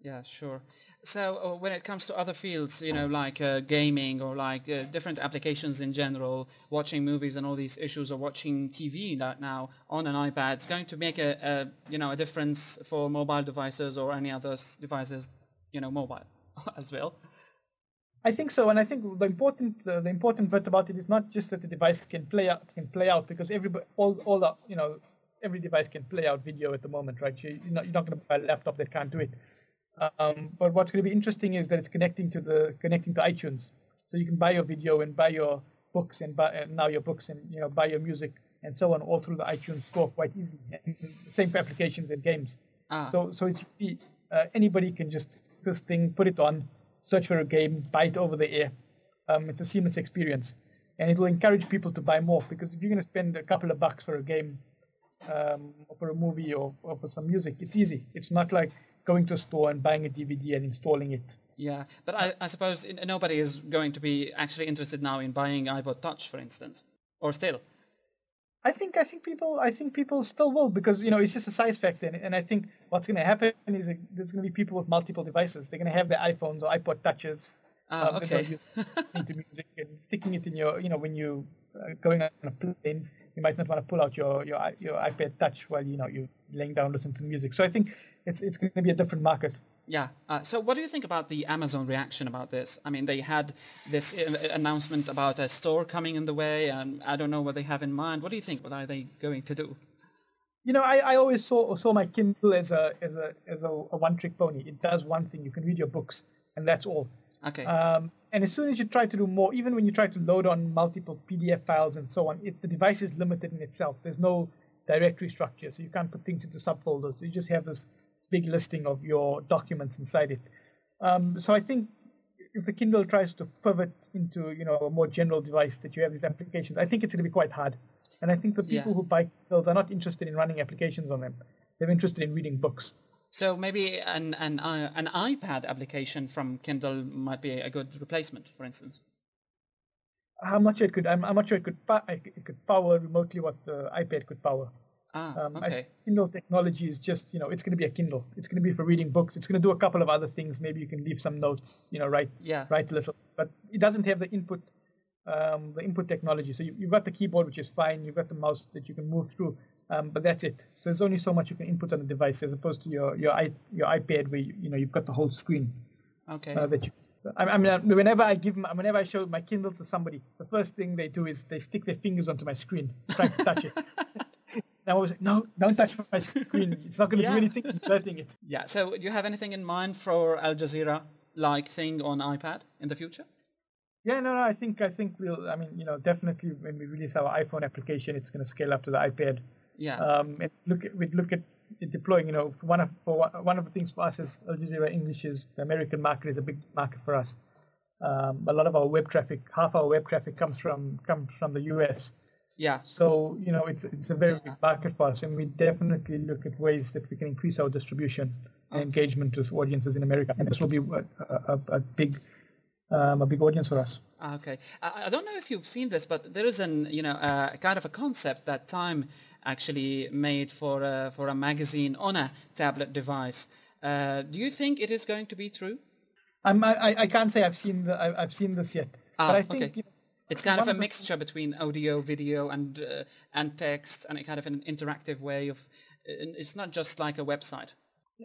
[SPEAKER 1] yeah, sure. So uh, when it comes to other fields, you know, like uh, gaming or like uh, different applications in general, watching movies and all these issues, or watching TV no- now on an iPad, it's going to make a, a you know a difference for mobile devices or any other s- devices, you know, mobile <laughs> as well.
[SPEAKER 3] I think so, and I think the important uh, the important bit about it is not just that the device can play out can play out because every all all the, you know every device can play out video at the moment, right? You, you're not you're not going to buy a laptop that can't do it. Um, but what's going to be interesting is that it's connecting to the connecting to iTunes, so you can buy your video and buy your books and buy and now your books and you know buy your music and so on all through the iTunes store quite easily. And the same for applications and games.
[SPEAKER 1] Ah.
[SPEAKER 3] So so it's really, uh, anybody can just this thing put it on, search for a game, buy it over the air, um, it's a seamless experience, and it will encourage people to buy more because if you're going to spend a couple of bucks for a game, um, or for a movie or, or for some music, it's easy. It's not like going to a store and buying a DVD and installing it.
[SPEAKER 1] Yeah, but I, I suppose in- nobody is going to be actually interested now in buying iPod Touch, for instance, or still.
[SPEAKER 3] I think I think people I think people still will because you know it's just a size factor and, and I think what's going to happen is that there's going to be people with multiple devices. They're going to have their iPhones or iPod touches.
[SPEAKER 1] Ah,
[SPEAKER 3] they're gonna
[SPEAKER 1] okay.
[SPEAKER 3] use it listening to music and sticking it in your you know when you uh, going on a plane, you might not want to pull out your your i- your iPad Touch while you know you're laying down listening to music. So I think it's it's going to be a different market.
[SPEAKER 1] Yeah. Uh, so, what do you think about the Amazon reaction about this? I mean, they had this uh, announcement about a store coming in the way, and I don't know what they have in mind. What do you think? What are they going to do?
[SPEAKER 3] You know, I, I always saw saw my Kindle as a as a as a, a one trick pony. It does one thing. You can read your books and that's all.
[SPEAKER 1] Okay.
[SPEAKER 3] Um, and as soon as you try to do more, even when you try to load on multiple PDF files and so on, it, the device is limited in itself. There's no directory structure, so you can't put things into subfolders. You just have this big listing of your documents inside it. Um, so I think if the Kindle tries to pivot into you know a more general device that you have these applications, I think it's going to be quite hard. And I think the people
[SPEAKER 1] Yeah.
[SPEAKER 3] who buy Kindles are not interested in running applications on them. They're interested in reading books.
[SPEAKER 1] so maybe an an uh, an iPad application from Kindle might be a good replacement, for instance.
[SPEAKER 3] How much it could? I'm, I'm not sure it could. Pa- it could power remotely what the iPad could power.
[SPEAKER 1] Ah,
[SPEAKER 3] Um, I,
[SPEAKER 1] okay.
[SPEAKER 3] Kindle technology is just, you know, it's going to be a Kindle. It's going to be for reading books. It's going to do a couple of other things. Maybe you can leave some notes, you know, write,
[SPEAKER 1] Yeah.
[SPEAKER 3] write a little. But it doesn't have the input, um, the input technology. So you, you've got the keyboard, which is fine. You've got the mouse that you can move through. Um, but that's it. So there's only so much you can input on the device, as opposed to your your, i- your iPad, where you, you know you've got the whole screen
[SPEAKER 1] Okay.
[SPEAKER 3] uh, that you. I, I mean, uh, whenever I give, my- whenever I show my Kindle to somebody, the first thing they do is they stick their fingers onto my screen, trying to touch it. And I'm always like, no, don't touch my screen. It's not going to do
[SPEAKER 1] Yeah.
[SPEAKER 3] anything. It's hurting it.
[SPEAKER 1] yeah. So, do you have anything in mind for Al Jazeera like thing on iPad in the future?
[SPEAKER 3] Yeah, no, no. I think, I think we'll. I mean, you know, definitely when we release our iPhone application, it's going to scale up to the iPad.
[SPEAKER 1] Yeah.
[SPEAKER 3] Um, and look, at, we'd look at it deploying. You know, for one of for one- one of the things for us is Al Jazeera English is the American market is a big market for us. Um, a lot of our web traffic, half our web traffic comes from comes from the U.S.
[SPEAKER 1] yeah.
[SPEAKER 3] So you know, it's it's a very big market for us, and we definitely look at ways that we can increase our distribution and engagement with audiences in America. And this will be a, a, a big um, a big audience for us.
[SPEAKER 1] Ah, Okay, I, I don't know if you've seen this, but there is an you know uh, kind of a concept that Time actually made for a, for a magazine on a tablet device. Uh, do you think it is going to be true?
[SPEAKER 3] I'm, I I- I can't say I've seen the I, I've seen this yet,
[SPEAKER 1] Ah,
[SPEAKER 3] but I think
[SPEAKER 1] okay.
[SPEAKER 3] you know,
[SPEAKER 1] It's kind of
[SPEAKER 3] one
[SPEAKER 1] a
[SPEAKER 3] of the-
[SPEAKER 1] mixture between audio, video, and uh, and text, and a kind of an interactive way of. and It's not just like a website.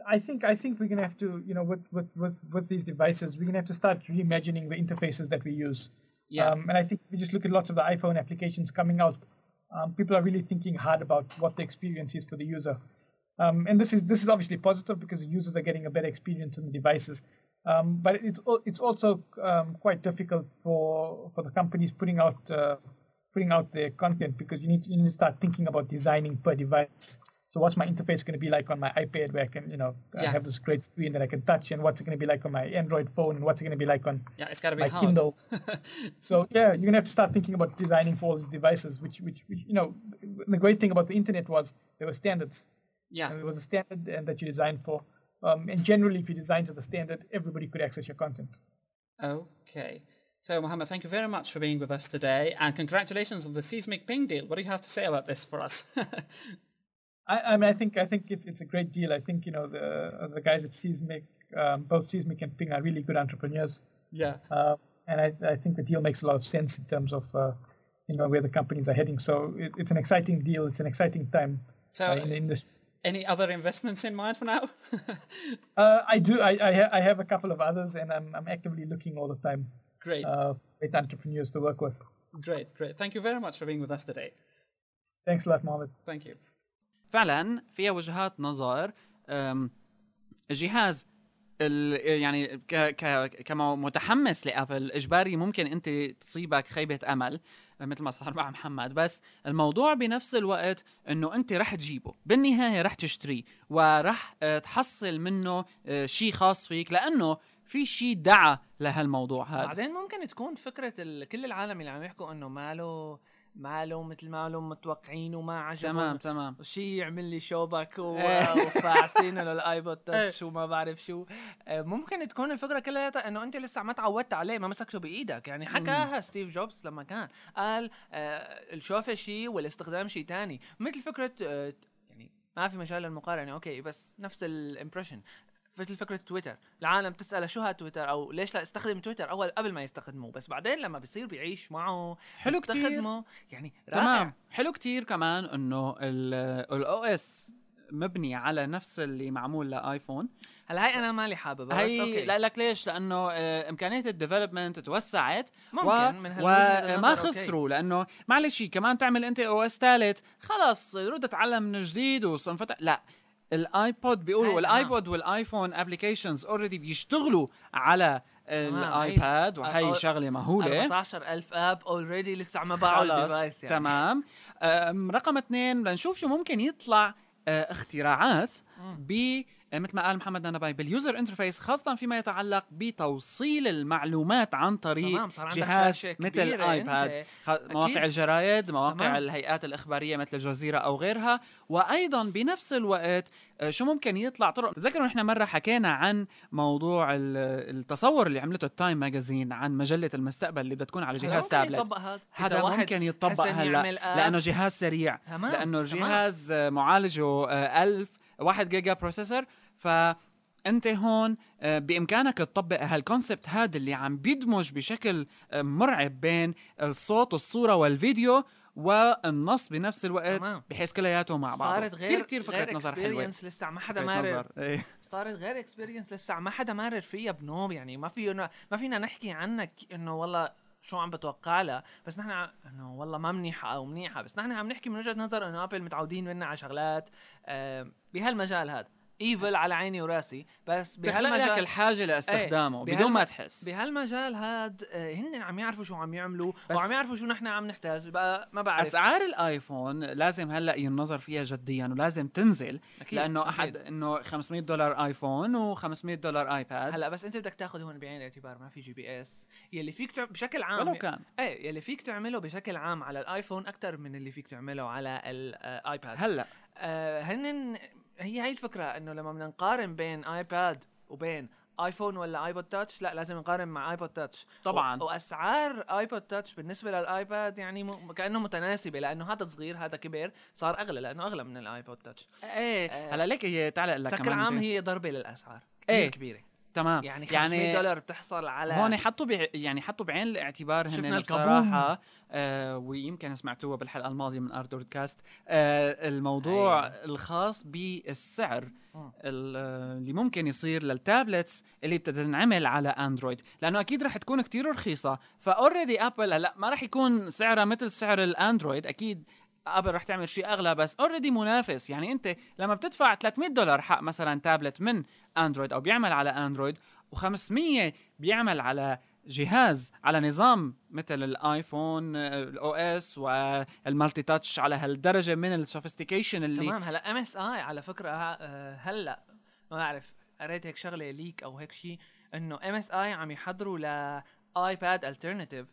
[SPEAKER 3] I think I think we're gonna have to you know with with with, with these devices we're gonna have to start reimagining the interfaces that we use.
[SPEAKER 1] Yeah.
[SPEAKER 3] Um, and I think if we just look at lots of the iPhone applications coming out. Um, people are really thinking hard about what the experience is for the user. Um, and this is this is obviously positive because the users are getting a better experience in the devices. Um, but it's al- it's also um, quite difficult for for the companies putting out uh, putting out their content because you need to, you need to start thinking about designing per device. So what's my interface going to be like on my iPad where I can you know I
[SPEAKER 1] Yeah.
[SPEAKER 3] have this great screen that I can touch and what's it going to be like on my Android phone and what's it going to be like on
[SPEAKER 1] Yeah, it's got to be
[SPEAKER 3] my
[SPEAKER 1] hard. <laughs>
[SPEAKER 3] Kindle. so yeah, you're gonna have to start thinking about designing for all these devices. Which, which, which, you know, the great thing about the internet was there were standards.
[SPEAKER 1] Yeah.
[SPEAKER 3] And it was a standard and that you designed for. Um, and generally, if you designed to the standard, everybody could access your content.
[SPEAKER 1] Okay. So, Mohammed, thank you very much for being with us today, and congratulations on the seismic ping deal. What do you have to say about this for us? <laughs>
[SPEAKER 3] I, I mean, I think I think it's it's a great deal. I think you know the the guys at Seismic, um, both Seismic and Ping, are really good entrepreneurs.
[SPEAKER 1] yeah.
[SPEAKER 3] Uh, and I, I think the deal makes a lot of sense in terms of uh, you know where the companies are heading. So it, it's an exciting deal. It's an exciting time
[SPEAKER 1] So,
[SPEAKER 3] uh, in the industry.
[SPEAKER 1] Any other investments in mind for now? <laughs>
[SPEAKER 3] Uh, I do. I I, ha- I have a couple of others, and I'm I'm actively looking all the time
[SPEAKER 1] great,
[SPEAKER 3] uh, with entrepreneurs to work with.
[SPEAKER 1] great, great. Thank you very much for being with us today.
[SPEAKER 3] Thanks a lot, Mohammed.
[SPEAKER 1] Thank you.
[SPEAKER 4] فعلا فيها وجهات نظر أم، جهاز
[SPEAKER 1] ال- يعني ك ك كمتحمس لابل اجباري ممكن انت تصيبك خيبه امل مثل ما صار مع محمد بس الموضوع بنفس الوقت انه انت رح تجيبه بالنهايه رح تشتريه ورح آه، تحصل منه شيء خاص فيك لانه في شيء دعا لهالموضوع هذا
[SPEAKER 2] بعدين ممكن تكون فكره ال... كل العالم اللي عم يحكوا انه ماله ماله مثل ما لهم متوقعين وما عجبهم
[SPEAKER 1] تمام تمام
[SPEAKER 2] شي يعمل لي شوبك و-
[SPEAKER 1] إيه.
[SPEAKER 2] وفاعسينه
[SPEAKER 1] <laughs>
[SPEAKER 2] للايبود تاتش وما بعرف شو آه، ممكن تكون الفكره كلها انه انت لسه ما تعودت عليه ما مسكته بايدك يعني حكاها ستيف جوبز لما كان قال آه، الشوفه شي والاستخدام شي تاني مثل فكره آه، يعني ما في مجال للمقارنه اوكي بس نفس الامبريشن مثل فكره تويتر العالم تساله شو هالتويتر او ليش لا استخدم تويتر اول قبل ما يستخدموه بس بعدين لما بيصير بيعيش معه
[SPEAKER 1] حلو كتير.
[SPEAKER 2] يستخدمه يعني رائع.
[SPEAKER 1] تمام حلو كتير كمان انه الاو اس مبني على نفس اللي معمول لايفون
[SPEAKER 2] هلا هاي انا مالي حاببها بس اوكي
[SPEAKER 1] هي لا لك ليش لانه آه، امكانيه الديفلوبمنت توسعت
[SPEAKER 2] ممكن من هالوجهة النظر
[SPEAKER 1] وما
[SPEAKER 2] أوكي.
[SPEAKER 1] خسروا لانه معلش كمان تعمل انت او اس ثالث خلص رد اتعلم من جديد وصنفتح لا الايبود بيقولوا
[SPEAKER 2] هاي تمام.
[SPEAKER 1] الايبود والايفون ابلكيشنز اوريدي بيشتغلوا على الايباد وهي
[SPEAKER 2] أو-
[SPEAKER 1] شغله مهوله
[SPEAKER 2] 14000 اب اوريدي لسه ما باعوا
[SPEAKER 1] خلص،
[SPEAKER 2] الديفايس يعني
[SPEAKER 1] تمام أم، رقم اثنين لنشوف شو ممكن يطلع أه، اختراعات ب أه، مثل ما قال محمد نباي باليوزر انترفيس خاصة فيما يتعلق بتوصيل المعلومات عن طريق
[SPEAKER 2] تمام، صار عندك
[SPEAKER 1] جهاز
[SPEAKER 2] شاشة كبيرة
[SPEAKER 1] مثل ايباد
[SPEAKER 2] أنت.
[SPEAKER 1] خ- مواقع
[SPEAKER 2] أكيد.
[SPEAKER 1] الجرايد مواقع
[SPEAKER 2] تمام.
[SPEAKER 1] الهيئات الإخبارية مثل الجزيرة أو غيرها وأيضا بنفس الوقت أه، شو ممكن يطلع طرق تذكروا نحن مرة حكينا عن موضوع ال- التصور اللي عملته التايم ماجازين عن مجلة المستقبل اللي بدها تكون على
[SPEAKER 2] هلا
[SPEAKER 1] جهاز
[SPEAKER 2] ممكن
[SPEAKER 1] تابلت
[SPEAKER 2] يطبق هذا
[SPEAKER 1] هذا
[SPEAKER 2] إذا واحد
[SPEAKER 1] ممكن يتطبق
[SPEAKER 2] حسن
[SPEAKER 1] هلا
[SPEAKER 2] يعمل آب.
[SPEAKER 1] لانه جهاز سريع
[SPEAKER 2] تمام،
[SPEAKER 1] لانه
[SPEAKER 2] تمام.
[SPEAKER 1] جهاز آه، معالجه آه، 1000 1 جيجا بروسيسور فانت هون آه، بامكانك تطبق هالكونسبت هذا اللي عم بيدمج بشكل آه، مرعب بين الصوت والصوره والفيديو والنص بنفس الوقت
[SPEAKER 2] تمام.
[SPEAKER 1] بحيث كلياته مع بعض
[SPEAKER 2] صارت غير
[SPEAKER 1] كتير كتير فكره
[SPEAKER 2] غير
[SPEAKER 1] نظر حلوه
[SPEAKER 2] experience لسه ما حدا
[SPEAKER 1] فكرة
[SPEAKER 2] مارر
[SPEAKER 1] نظر. إيه.
[SPEAKER 2] صارت غير اكسبيرينس لسه ما حدا مارر فيها بنوم يعني ما فينا ما فينا نحكي عنك انه والله شو عم بتوقع لها بس نحن ع- انه والله ما منيحه او منيحه بس نحن عم نحكي من وجهه نظر انه ابل متعودين منا على شغلات آه بهالمجال هذا ايفل على عيني وراسي
[SPEAKER 1] <laughs>
[SPEAKER 2] بس
[SPEAKER 1] بخلق لك
[SPEAKER 2] بهالمجال
[SPEAKER 1] الحاجه لاستخدامه
[SPEAKER 2] إيه،
[SPEAKER 1] بدون
[SPEAKER 2] بهال-
[SPEAKER 1] ما تحس
[SPEAKER 2] بهالمجال هاد آه، هن عم يعرفوا شو عم يعملوا
[SPEAKER 1] بس-
[SPEAKER 2] وعم يعرفوا شو نحن عم نحتاج بقى ما بعرف
[SPEAKER 1] اسعار الايفون لازم هلا ينظر فيها جديا ولازم تنزل
[SPEAKER 2] أكيد،
[SPEAKER 1] لانه
[SPEAKER 2] أكيد.
[SPEAKER 1] احد انه 500 دولار ايفون و500 دولار ايباد
[SPEAKER 2] هلا بس انت بدك تاخذ هون بعين الاعتبار ما في جي بي اس يلي فيك تعمل بشكل عام
[SPEAKER 1] ولو كان.
[SPEAKER 2] ايه يلي فيك تعمله بشكل عام على الايفون اكثر من اللي فيك تعمله على الايباد
[SPEAKER 1] هلا
[SPEAKER 2] آه هن هي هي الفكره انه لما بدنا نقارن بين ايباد وبين ايفون ولا ايبود تاتش لا لازم نقارن مع ايبود تاتش
[SPEAKER 1] طبعاً.
[SPEAKER 2] و... واسعار ايبود تاتش بالنسبه للايباد يعني م... كانه متناسبه لانه هذا صغير هذا كبير صار اغلى لانه اغلى من الايبود تاتش
[SPEAKER 1] ايه هلا ليك هي تعلق لك
[SPEAKER 2] بشكل
[SPEAKER 1] كمان
[SPEAKER 2] إيه. عام
[SPEAKER 1] عام
[SPEAKER 2] هي ضربه للاسعار كثير
[SPEAKER 1] إيه.
[SPEAKER 2] كبيره
[SPEAKER 1] تمام
[SPEAKER 2] يعني 500 دولار بتحصل على
[SPEAKER 1] هون حطوا بع... يعني حطوا بعين الاعتبار هن
[SPEAKER 2] شفنا
[SPEAKER 1] بصراحه آه ويمكن سمعتوها بالحلقه الماضيه من ارت دوركاست آه الموضوع أيوة. الخاص بالسعر ال- آه، اللي ممكن يصير للتابلتس اللي بتنعمل على اندرويد لانه اكيد رح تكون كتير رخيصه فاوريدي ابل هلا ما رح يكون سعرها مثل سعر الاندرويد اكيد ابل رح تعمل شيء اغلى بس اوريدي منافس يعني انت لما بتدفع 300 دولار حق مثلا تابلت من اندرويد او بيعمل على اندرويد و500 بيعمل على جهاز على نظام مثل الايفون الاو اس والمالتي تاتش على هالدرجه من السوفيستيكيشن اللي
[SPEAKER 2] تمام هلا ام اس اي على فكره آه، هلا ما بعرف قريت هيك شغله ليك او هيك شيء انه ام اس اي عم يحضروا لايباد الترناتيف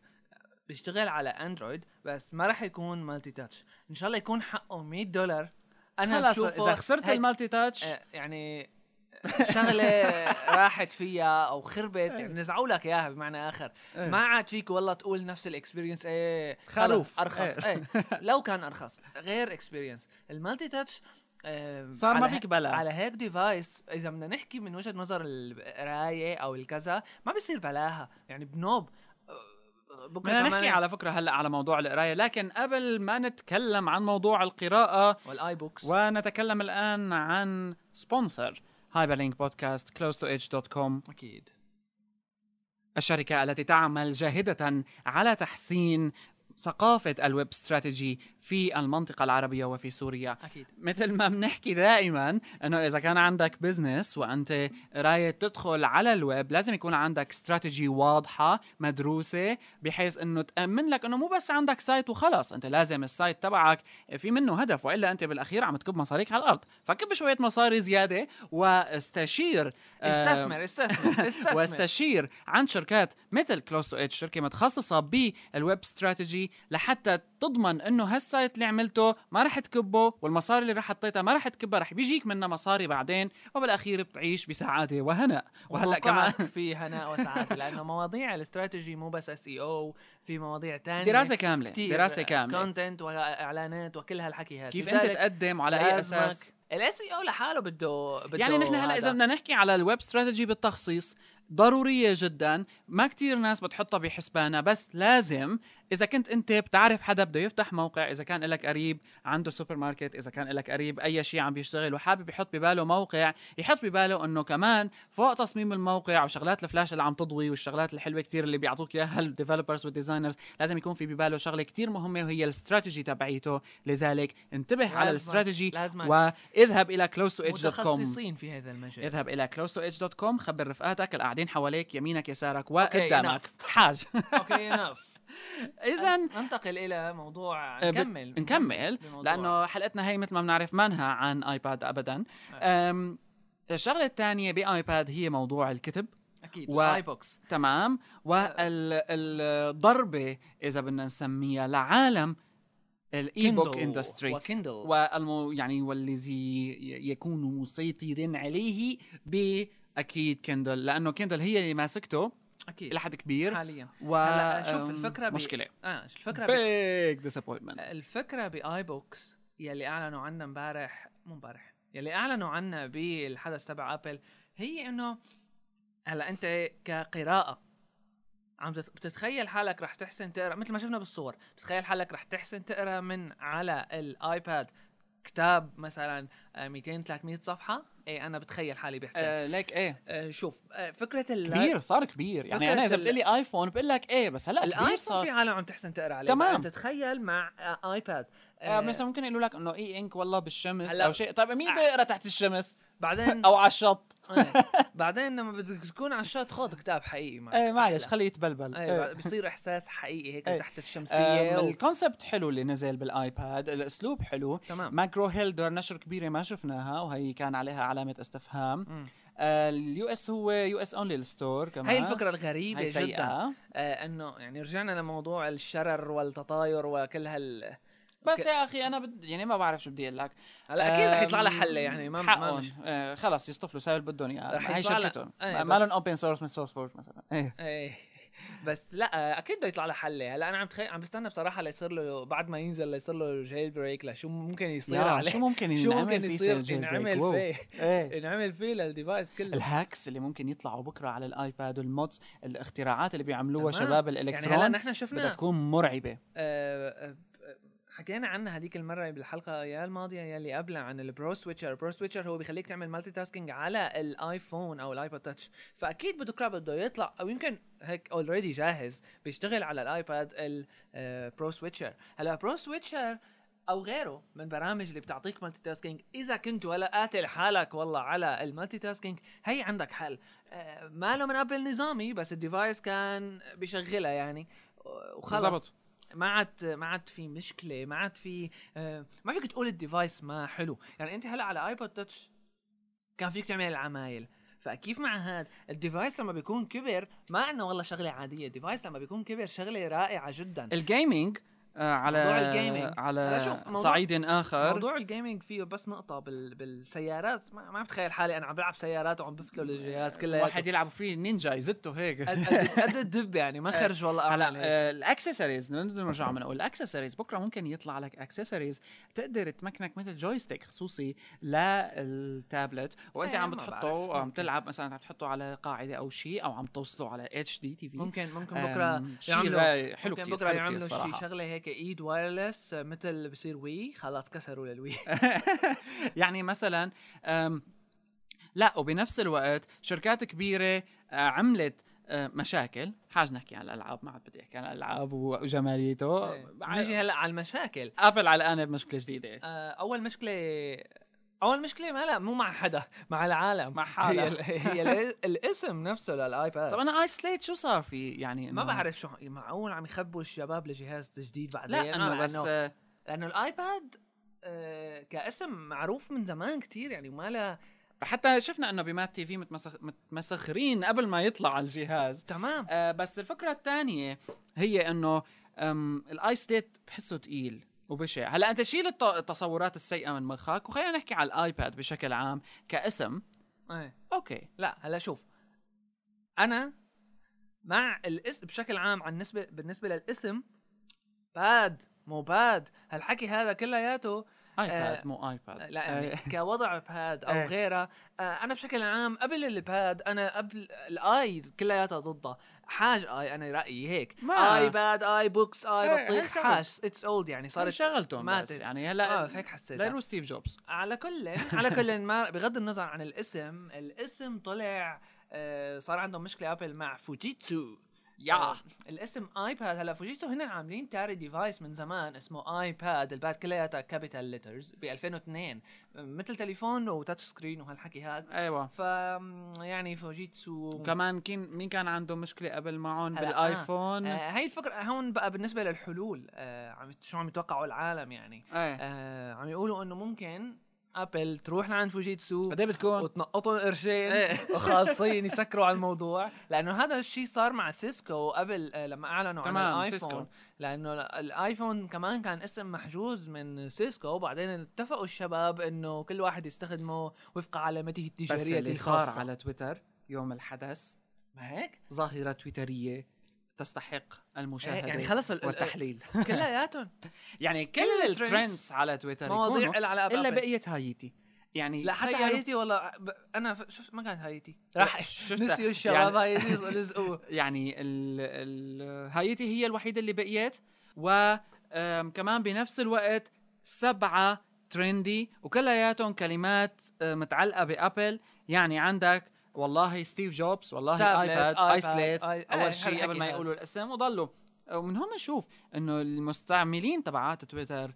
[SPEAKER 2] بيشتغل على اندرويد بس ما راح يكون مالتي تاتش ان شاء الله يكون حقه 100 دولار انا
[SPEAKER 1] خلص
[SPEAKER 2] بشوفه
[SPEAKER 1] اذا خسرت
[SPEAKER 2] هيك-
[SPEAKER 1] المالتي تاتش
[SPEAKER 2] آه، يعني
[SPEAKER 1] <laughs>
[SPEAKER 2] شغله راحت فيها او خربت
[SPEAKER 1] إيه.
[SPEAKER 2] يعني نزعوا لك اياها بمعنى اخر ما عاد فيك والله تقول نفس الاكسبيرينس ايه
[SPEAKER 1] خروف.
[SPEAKER 2] خلص ارخص
[SPEAKER 1] إيه.
[SPEAKER 2] ايه لو كان ارخص غير اكسبيرينس المالتي تاتش آه،
[SPEAKER 1] صار ما
[SPEAKER 2] على
[SPEAKER 1] فيك
[SPEAKER 2] ه-
[SPEAKER 1] بلا.
[SPEAKER 2] على هيك ديفايس اذا بدنا نحكي من وجهه نظر القرايه او الكذا ما بيصير بلاها يعني بنوب آه، بكره
[SPEAKER 1] بدنا
[SPEAKER 2] كمان
[SPEAKER 1] نحكي على فكره هلا على موضوع القرايه لكن قبل ما نتكلم عن موضوع القراءه
[SPEAKER 2] والاي بوكس
[SPEAKER 1] ونتكلم الان عن سبونسر هايبرلينك بودكاست كلوز تو ايدج دوت كوم
[SPEAKER 2] اكيد
[SPEAKER 1] الشركة التي تعمل جاهدة على تحسين ثقافة الويب استراتيجي في المنطقه العربيه وفي سوريا
[SPEAKER 2] اكيد
[SPEAKER 1] مثل ما بنحكي دائما انه اذا كان عندك بزنس وانت رايح تدخل على الويب لازم يكون عندك استراتيجي واضحه مدروسه بحيث انه تامن لك انه مو بس عندك سايت وخلص انت لازم السايت تبعك في منه هدف والا انت بالاخير عم تكب مصاريك على الارض فكب شويه مصاري زياده واستشير آه،
[SPEAKER 2] استثمر
[SPEAKER 1] <laughs>
[SPEAKER 2] استثمر استثمر
[SPEAKER 1] واستشير عن شركات مثل كلوز تو اتش شركه متخصصه بالويب استراتيجي لحتى تضمن انه هالسايت اللي عملته ما رح تكبه والمصاري اللي رح حطيتها ما رح تكبها رح بيجيك منها مصاري بعدين وبالاخير بتعيش بسعاده وهناء وهلا كمان <laughs>
[SPEAKER 2] وموقعك في هناء وسعاده لانه مواضيع الاستراتيجي مو بس اس اي او في مواضيع تانية
[SPEAKER 1] دراسه كامله دراسه كامله
[SPEAKER 2] كونتنت واعلانات وكل هالحكي هذا
[SPEAKER 1] كيف انت تقدم وعلى اي اساس
[SPEAKER 2] الاس اي او E لحاله بده بده
[SPEAKER 1] يعني نحن هلا اذا
[SPEAKER 2] هذا.
[SPEAKER 1] بدنا نحكي على الويب استراتيجي بالتخصيص ضروريه جدا ما كتير ناس بتحطها بحسبانها بس لازم اذا كنت انت بتعرف حدا بده يفتح موقع اذا كان لك قريب عنده سوبر ماركت اذا كان لك قريب اي شيء عم بيشتغل وحابب يحط بباله موقع يحط بباله انه كمان فوق تصميم الموقع وشغلات الفلاش اللي عم تضوي والشغلات الحلوه كتير اللي بيعطوك اياها الديفلوبرز والديزاينرز لازم يكون في بباله شغله كتير مهمه وهي الاستراتيجي تبعيته لذلك انتبه على
[SPEAKER 2] لازمك-
[SPEAKER 1] الاستراتيجي
[SPEAKER 2] لازمك.
[SPEAKER 1] واذهب الى close to edge دوت كوم
[SPEAKER 2] متخصصين في هذا المجال <laughs>
[SPEAKER 1] اذهب الى close to edge دوت كوم خبر رفقاتك القاعدين حواليك يمينك يسارك وقدامك <laughs>
[SPEAKER 2] enough. <laughs>
[SPEAKER 1] حاج <laughs>
[SPEAKER 2] اوكي انف
[SPEAKER 1] اذا
[SPEAKER 2] ننتقل الى موضوع
[SPEAKER 1] آه، بت-
[SPEAKER 2] نكمل
[SPEAKER 1] نكمل
[SPEAKER 2] بموضوع.
[SPEAKER 1] لانه حلقتنا هي مثل ما بنعرف منها عن ايباد ابدا
[SPEAKER 2] آه.
[SPEAKER 1] أم، الشغله الثانيه بايباد هي موضوع الكتب
[SPEAKER 2] اكيد
[SPEAKER 1] و-
[SPEAKER 2] الاي بوكس آه.
[SPEAKER 1] تمام والضربه اذا بدنا نسميها لعالم الاي بوك اندستري
[SPEAKER 2] وكندل
[SPEAKER 1] والمو يعني والذي يكون مسيطرين عليه باكيد كندل لانه كندل هي اللي ماسكته
[SPEAKER 2] اكيد
[SPEAKER 1] الى حد كبير
[SPEAKER 2] حاليا
[SPEAKER 1] و
[SPEAKER 2] هلا شوف
[SPEAKER 1] أم،
[SPEAKER 2] الفكرة ب-
[SPEAKER 1] مشكله
[SPEAKER 2] اه الفكره ب...
[SPEAKER 1] بيج ديسابوينتمنت
[SPEAKER 2] الفكره باي بوكس يلي اعلنوا عنها امبارح مو امبارح يلي اعلنوا عنها بالحدث تبع ابل هي انه هلا انت كقراءه عم تت- بتتخيل حالك رح تحسن تقرا مثل ما شفنا بالصور بتتخيل حالك رح تحسن تقرا من على الايباد كتاب مثلا آه، 200 300 صفحه ايه انا بتخيل حالي بحتاج
[SPEAKER 1] ليك ايه
[SPEAKER 2] أه شوف آه، فكره ال-
[SPEAKER 1] كبير صار كبير يعني
[SPEAKER 2] فكرة
[SPEAKER 1] انا اذا
[SPEAKER 2] ال-
[SPEAKER 1] بتقلي ايفون بقول لك ايه بس هلا كبير
[SPEAKER 2] الايفون في
[SPEAKER 1] صار
[SPEAKER 2] عالم عم تحسن تقرا عليه
[SPEAKER 1] تمام.
[SPEAKER 2] تمام تتخيل مع آه، ايباد آه،
[SPEAKER 1] آه، مثلا ممكن يقولوا لك انه اي انك والله بالشمس
[SPEAKER 2] هلا-
[SPEAKER 1] او شيء طيب مين بده يقرا تحت الشمس <laughs>
[SPEAKER 2] بعدين
[SPEAKER 1] او على الشط
[SPEAKER 2] إيه، <laughs> بعدين لما بدك تكون على الشط خذ كتاب حقيقي معك
[SPEAKER 1] ايه معلش
[SPEAKER 2] أحلى.
[SPEAKER 1] خليه يتبلبل
[SPEAKER 2] إيه، بعد- بصير احساس حقيقي هيك
[SPEAKER 1] إيه.
[SPEAKER 2] تحت الشمسيه
[SPEAKER 1] آم،
[SPEAKER 2] و...
[SPEAKER 1] الكونسبت حلو اللي نزل بالايباد الاسلوب حلو
[SPEAKER 2] تمام
[SPEAKER 1] ماكرو هيلدر نشر كبيره ما شفناها وهي كان عليها علامه استفهام
[SPEAKER 2] مم.
[SPEAKER 1] آه، اليو اس هو يو اس اونلي الستور كمان
[SPEAKER 2] هاي الفكرة الغريبة
[SPEAKER 1] هاي
[SPEAKER 2] جدا
[SPEAKER 1] سيئة
[SPEAKER 2] آه انه يعني رجعنا لموضوع الشرر والتطاير وكل هال
[SPEAKER 1] بس يا اخي انا بد... يعني ما بعرف شو بدي اقول لك
[SPEAKER 2] هلا اكيد رح يطلع لها
[SPEAKER 1] أم،
[SPEAKER 2] حلة يعني ما ما
[SPEAKER 1] حقهم
[SPEAKER 2] مش
[SPEAKER 1] آه، خلص يصطفلوا سوي اللي بدهم اياه
[SPEAKER 2] رح
[SPEAKER 1] هاي
[SPEAKER 2] يطلع لها-
[SPEAKER 1] شركتهم
[SPEAKER 2] إيه،
[SPEAKER 1] ما
[SPEAKER 2] بس-
[SPEAKER 1] ما لهم اوبن سورس من سورس فورج مثلا ايه
[SPEAKER 2] ايه <laughs> بس لا اكيد بده يطلع لها حلة هلا انا عم تخيل عم بستنى بصراحة ليصير له بعد ما ينزل ليصير له جيل بريك لشو ممكن يصير
[SPEAKER 1] يا
[SPEAKER 2] عليه
[SPEAKER 1] شو ممكن
[SPEAKER 2] <laughs> شو
[SPEAKER 1] ينعمل
[SPEAKER 2] ممكن
[SPEAKER 1] فيه
[SPEAKER 2] يصير
[SPEAKER 1] سجل
[SPEAKER 2] ينعمل إيه.
[SPEAKER 1] بريك؟ واو.
[SPEAKER 2] فيه
[SPEAKER 1] ايه
[SPEAKER 2] ينعمل فيه للديفايس كله
[SPEAKER 1] الهاكس اللي ممكن يطلعوا بكره على الايباد والمودز الاختراعات اللي بيعملوها
[SPEAKER 2] تمام.
[SPEAKER 1] شباب
[SPEAKER 2] يعني
[SPEAKER 1] الالكترون
[SPEAKER 2] هلا نحن
[SPEAKER 1] بدها
[SPEAKER 2] شفنا
[SPEAKER 1] تكون مرعبه
[SPEAKER 2] آه، آه، آه، حكينا عنها هذيك المره بالحلقه يا الماضيه يا اللي قبلها عن البرو سويتشر البرو سويتشر هو بيخليك تعمل مالتي تاسكينج على الايفون او الايباد تاتش فاكيد بده كراب بده يطلع او يمكن هيك اوريدي جاهز بيشتغل على آه، الايباد البرو سويتشر هلا برو سويتشر او غيره من برامج اللي بتعطيك مالتي تاسكينج اذا كنت ولا قاتل حالك والله على المالتي تاسكينج هي عندك حل آه، ماله من قبل نظامي بس الديفايس كان بيشغلها يعني وخلص
[SPEAKER 1] بالضبط.
[SPEAKER 2] ما عاد ما عاد في مشكله ما عاد في آه، ما فيك تقول الديفايس ما حلو يعني انت هلا على ايباد تاتش كان فيك تعمل العمايل فكيف مع هاد الديفايس لما بيكون كبر ما انه والله شغله عاديه الديفايس لما بيكون كبر شغله رائعه جدا
[SPEAKER 1] الجيمنج آه على
[SPEAKER 2] موضوع الجيمينج.
[SPEAKER 1] على
[SPEAKER 2] هلا شوف، موضوع-
[SPEAKER 1] صعيد اخر
[SPEAKER 2] موضوع الجيمنج فيه بس نقطه بال... بالسيارات ما, ما بتخيل حالي انا عم بلعب سيارات وعم بفتل الجهاز كله
[SPEAKER 1] واحد يلعب فيه نينجا يزته هيك
[SPEAKER 2] قد- قد قد الدب يعني
[SPEAKER 1] <laughs>
[SPEAKER 2] ما خرج والله أعمل هيك.
[SPEAKER 1] آه، هلا الاكسسوارز بدنا نرجع عم نقول الاكسسوارز بكره ممكن يطلع لك اكسسوارز تقدر تمكنك مثل جويستيك خصوصي للتابلت وانت
[SPEAKER 2] إيه،
[SPEAKER 1] عم
[SPEAKER 2] ما
[SPEAKER 1] بتحطه
[SPEAKER 2] بعرف.
[SPEAKER 1] عم تلعب مثلا عم تحطه على قاعده او شيء او عم توصله على اتش دي تي في
[SPEAKER 2] ممكن ممكن
[SPEAKER 1] أم،
[SPEAKER 2] بكره
[SPEAKER 1] شي رايق،
[SPEAKER 2] يعملوا
[SPEAKER 1] حلو
[SPEAKER 2] ممكن
[SPEAKER 1] كتير،
[SPEAKER 2] بكره
[SPEAKER 1] حلو كتير
[SPEAKER 2] يعملوا شي
[SPEAKER 1] صراحة.
[SPEAKER 2] شغله هيك ايد وايرلس آه، مثل بصير وي خلاص كسروا للوي
[SPEAKER 1] <laughs> يعني مثلا أم، لا وبنفس الوقت شركات كبيره آه، عملت آه، آه، مشاكل حاج نحكي عن الالعاب ما عاد بدي احكي عن الالعاب وجماليته
[SPEAKER 2] <laughs> نجي هلا على المشاكل
[SPEAKER 1] ابل علقانه بمشكله جديده
[SPEAKER 2] آه، اول مشكله اول مشكله ما لا مو مع حدا مع العالم
[SPEAKER 1] مع حالها.
[SPEAKER 2] هي, ال- هي ال- الاسم نفسه للايباد
[SPEAKER 1] طب
[SPEAKER 2] طبعا
[SPEAKER 1] انا ايسليت شو صار في يعني إنه-
[SPEAKER 2] ما بعرف شو معقول عم يخبوا الشباب لجهاز جديد بعدين
[SPEAKER 1] لا
[SPEAKER 2] ما
[SPEAKER 1] انه بس
[SPEAKER 2] لأنه-
[SPEAKER 1] آه،
[SPEAKER 2] لانه الايباد آه، كاسم معروف من زمان كتير يعني وما لا
[SPEAKER 1] حتى شفنا انه بمات تي في متمسخ متمسخرين قبل ما يطلع على الجهاز
[SPEAKER 2] تمام
[SPEAKER 1] آه بس الفكره الثانيه هي انه أم، الايس ديت بحسه تقيل وبشع هلا انت شيل الت- التصورات السيئه من مخك وخلينا نحكي على الايباد بشكل عام كاسم
[SPEAKER 2] ايه
[SPEAKER 1] اوكي
[SPEAKER 2] لا هلا شوف انا مع الاسم بشكل عام عن نسبة بالنسبه للاسم باد مو باد هالحكي هذا كلياته
[SPEAKER 1] ايباد
[SPEAKER 2] آه،
[SPEAKER 1] مو ايباد
[SPEAKER 2] لا يعني
[SPEAKER 1] آه، <laughs>
[SPEAKER 2] كوضع باد او
[SPEAKER 1] إيه.
[SPEAKER 2] غيره آه، انا بشكل عام قبل الباد انا قبل الاي كلياتها ضدها حاج اي انا رايي هيك
[SPEAKER 1] ما-
[SPEAKER 2] اي باد اي بوكس اي
[SPEAKER 1] إيه،
[SPEAKER 2] بطيخ
[SPEAKER 1] هيك شغل.
[SPEAKER 2] حاج اتس اولد يعني
[SPEAKER 1] صارت
[SPEAKER 2] صارت
[SPEAKER 1] شغلتهم بس
[SPEAKER 2] ماتت.
[SPEAKER 1] يعني
[SPEAKER 2] اه
[SPEAKER 1] هلا
[SPEAKER 2] هيك حسيت
[SPEAKER 1] ليرو ستيف جوبز
[SPEAKER 2] على كل على كل <laughs> ما بغض النظر عن الاسم الاسم طلع آه، صار عندهم مشكله ابل مع فوجيتسو
[SPEAKER 1] يا.
[SPEAKER 2] آه، الاسم ايباد هلا فوجيتسو هن عاملين تاري ديفايس من زمان اسمه ايباد الباد كلياتها كابيتال ليترز ب 2002 مثل تليفون وتاتش سكرين وهالحكي هذا
[SPEAKER 1] ايوه
[SPEAKER 2] ف يعني فوجيتسو
[SPEAKER 1] كمان كين مين كان عنده مشكله قبل معهم
[SPEAKER 2] هلا،
[SPEAKER 1] بالايفون
[SPEAKER 2] آه، هاي الفكره هون بقى بالنسبه للحلول آه، عم شو عم يتوقعوا العالم يعني
[SPEAKER 1] ايه
[SPEAKER 2] آه، عم يقولوا انه ممكن ابل تروح لعند فوجيتسو
[SPEAKER 1] قد إيه بتكون
[SPEAKER 2] وتنقطهم قرشين
[SPEAKER 1] إيه.
[SPEAKER 2] <laughs> وخالصين يسكروا على الموضوع لانه هذا الشيء صار مع سيسكو قبل آه، لما اعلنوا عن
[SPEAKER 1] تمام،
[SPEAKER 2] الايفون
[SPEAKER 1] سيسكو.
[SPEAKER 2] لانه ال- الايفون كمان كان اسم محجوز من سيسكو وبعدين اتفقوا الشباب انه كل واحد يستخدمه وفق علامته
[SPEAKER 1] بس
[SPEAKER 2] التجاريه
[SPEAKER 1] اللي صار
[SPEAKER 2] الخاصه
[SPEAKER 1] على تويتر يوم الحدث
[SPEAKER 2] ما هيك
[SPEAKER 1] ظاهره تويتريه تستحق المشاهده
[SPEAKER 2] يعني خلص ال- ال-
[SPEAKER 1] والتحليل
[SPEAKER 2] كلياتهم
[SPEAKER 1] <laughs> يعني كل
[SPEAKER 2] كل الtrends-
[SPEAKER 1] الترندز على تويتر
[SPEAKER 2] مواضيع
[SPEAKER 1] يكونوا
[SPEAKER 2] لها علاقه
[SPEAKER 1] الا
[SPEAKER 2] بأبل.
[SPEAKER 1] بقيه هايتي يعني
[SPEAKER 2] لا حتى
[SPEAKER 1] تخيلوا-
[SPEAKER 2] هايتي والله ب- انا ف- شفت ما كانت هايتي <laughs>
[SPEAKER 1] <laughs>
[SPEAKER 2] راح
[SPEAKER 1] شفتها.
[SPEAKER 2] نسيوا الشباب
[SPEAKER 1] يعني- <laughs>
[SPEAKER 2] هايتي لزقوه
[SPEAKER 1] يعني ال... ال... هايتي هي الوحيده اللي بقيت وكمان بنفس الوقت سبعه ترندي وكلياتهم كلمات آه، متعلقه بابل يعني عندك والله ستيف جوبس والله
[SPEAKER 2] تابلت،
[SPEAKER 1] ايباد
[SPEAKER 2] آيباد،
[SPEAKER 1] ايسليت
[SPEAKER 2] آي- آه،
[SPEAKER 1] اول شيء قبل
[SPEAKER 2] هالحكي
[SPEAKER 1] ما
[SPEAKER 2] هذا.
[SPEAKER 1] يقولوا الاسم وضلوا ومن هون نشوف انه المستعملين تبعات تويتر ال-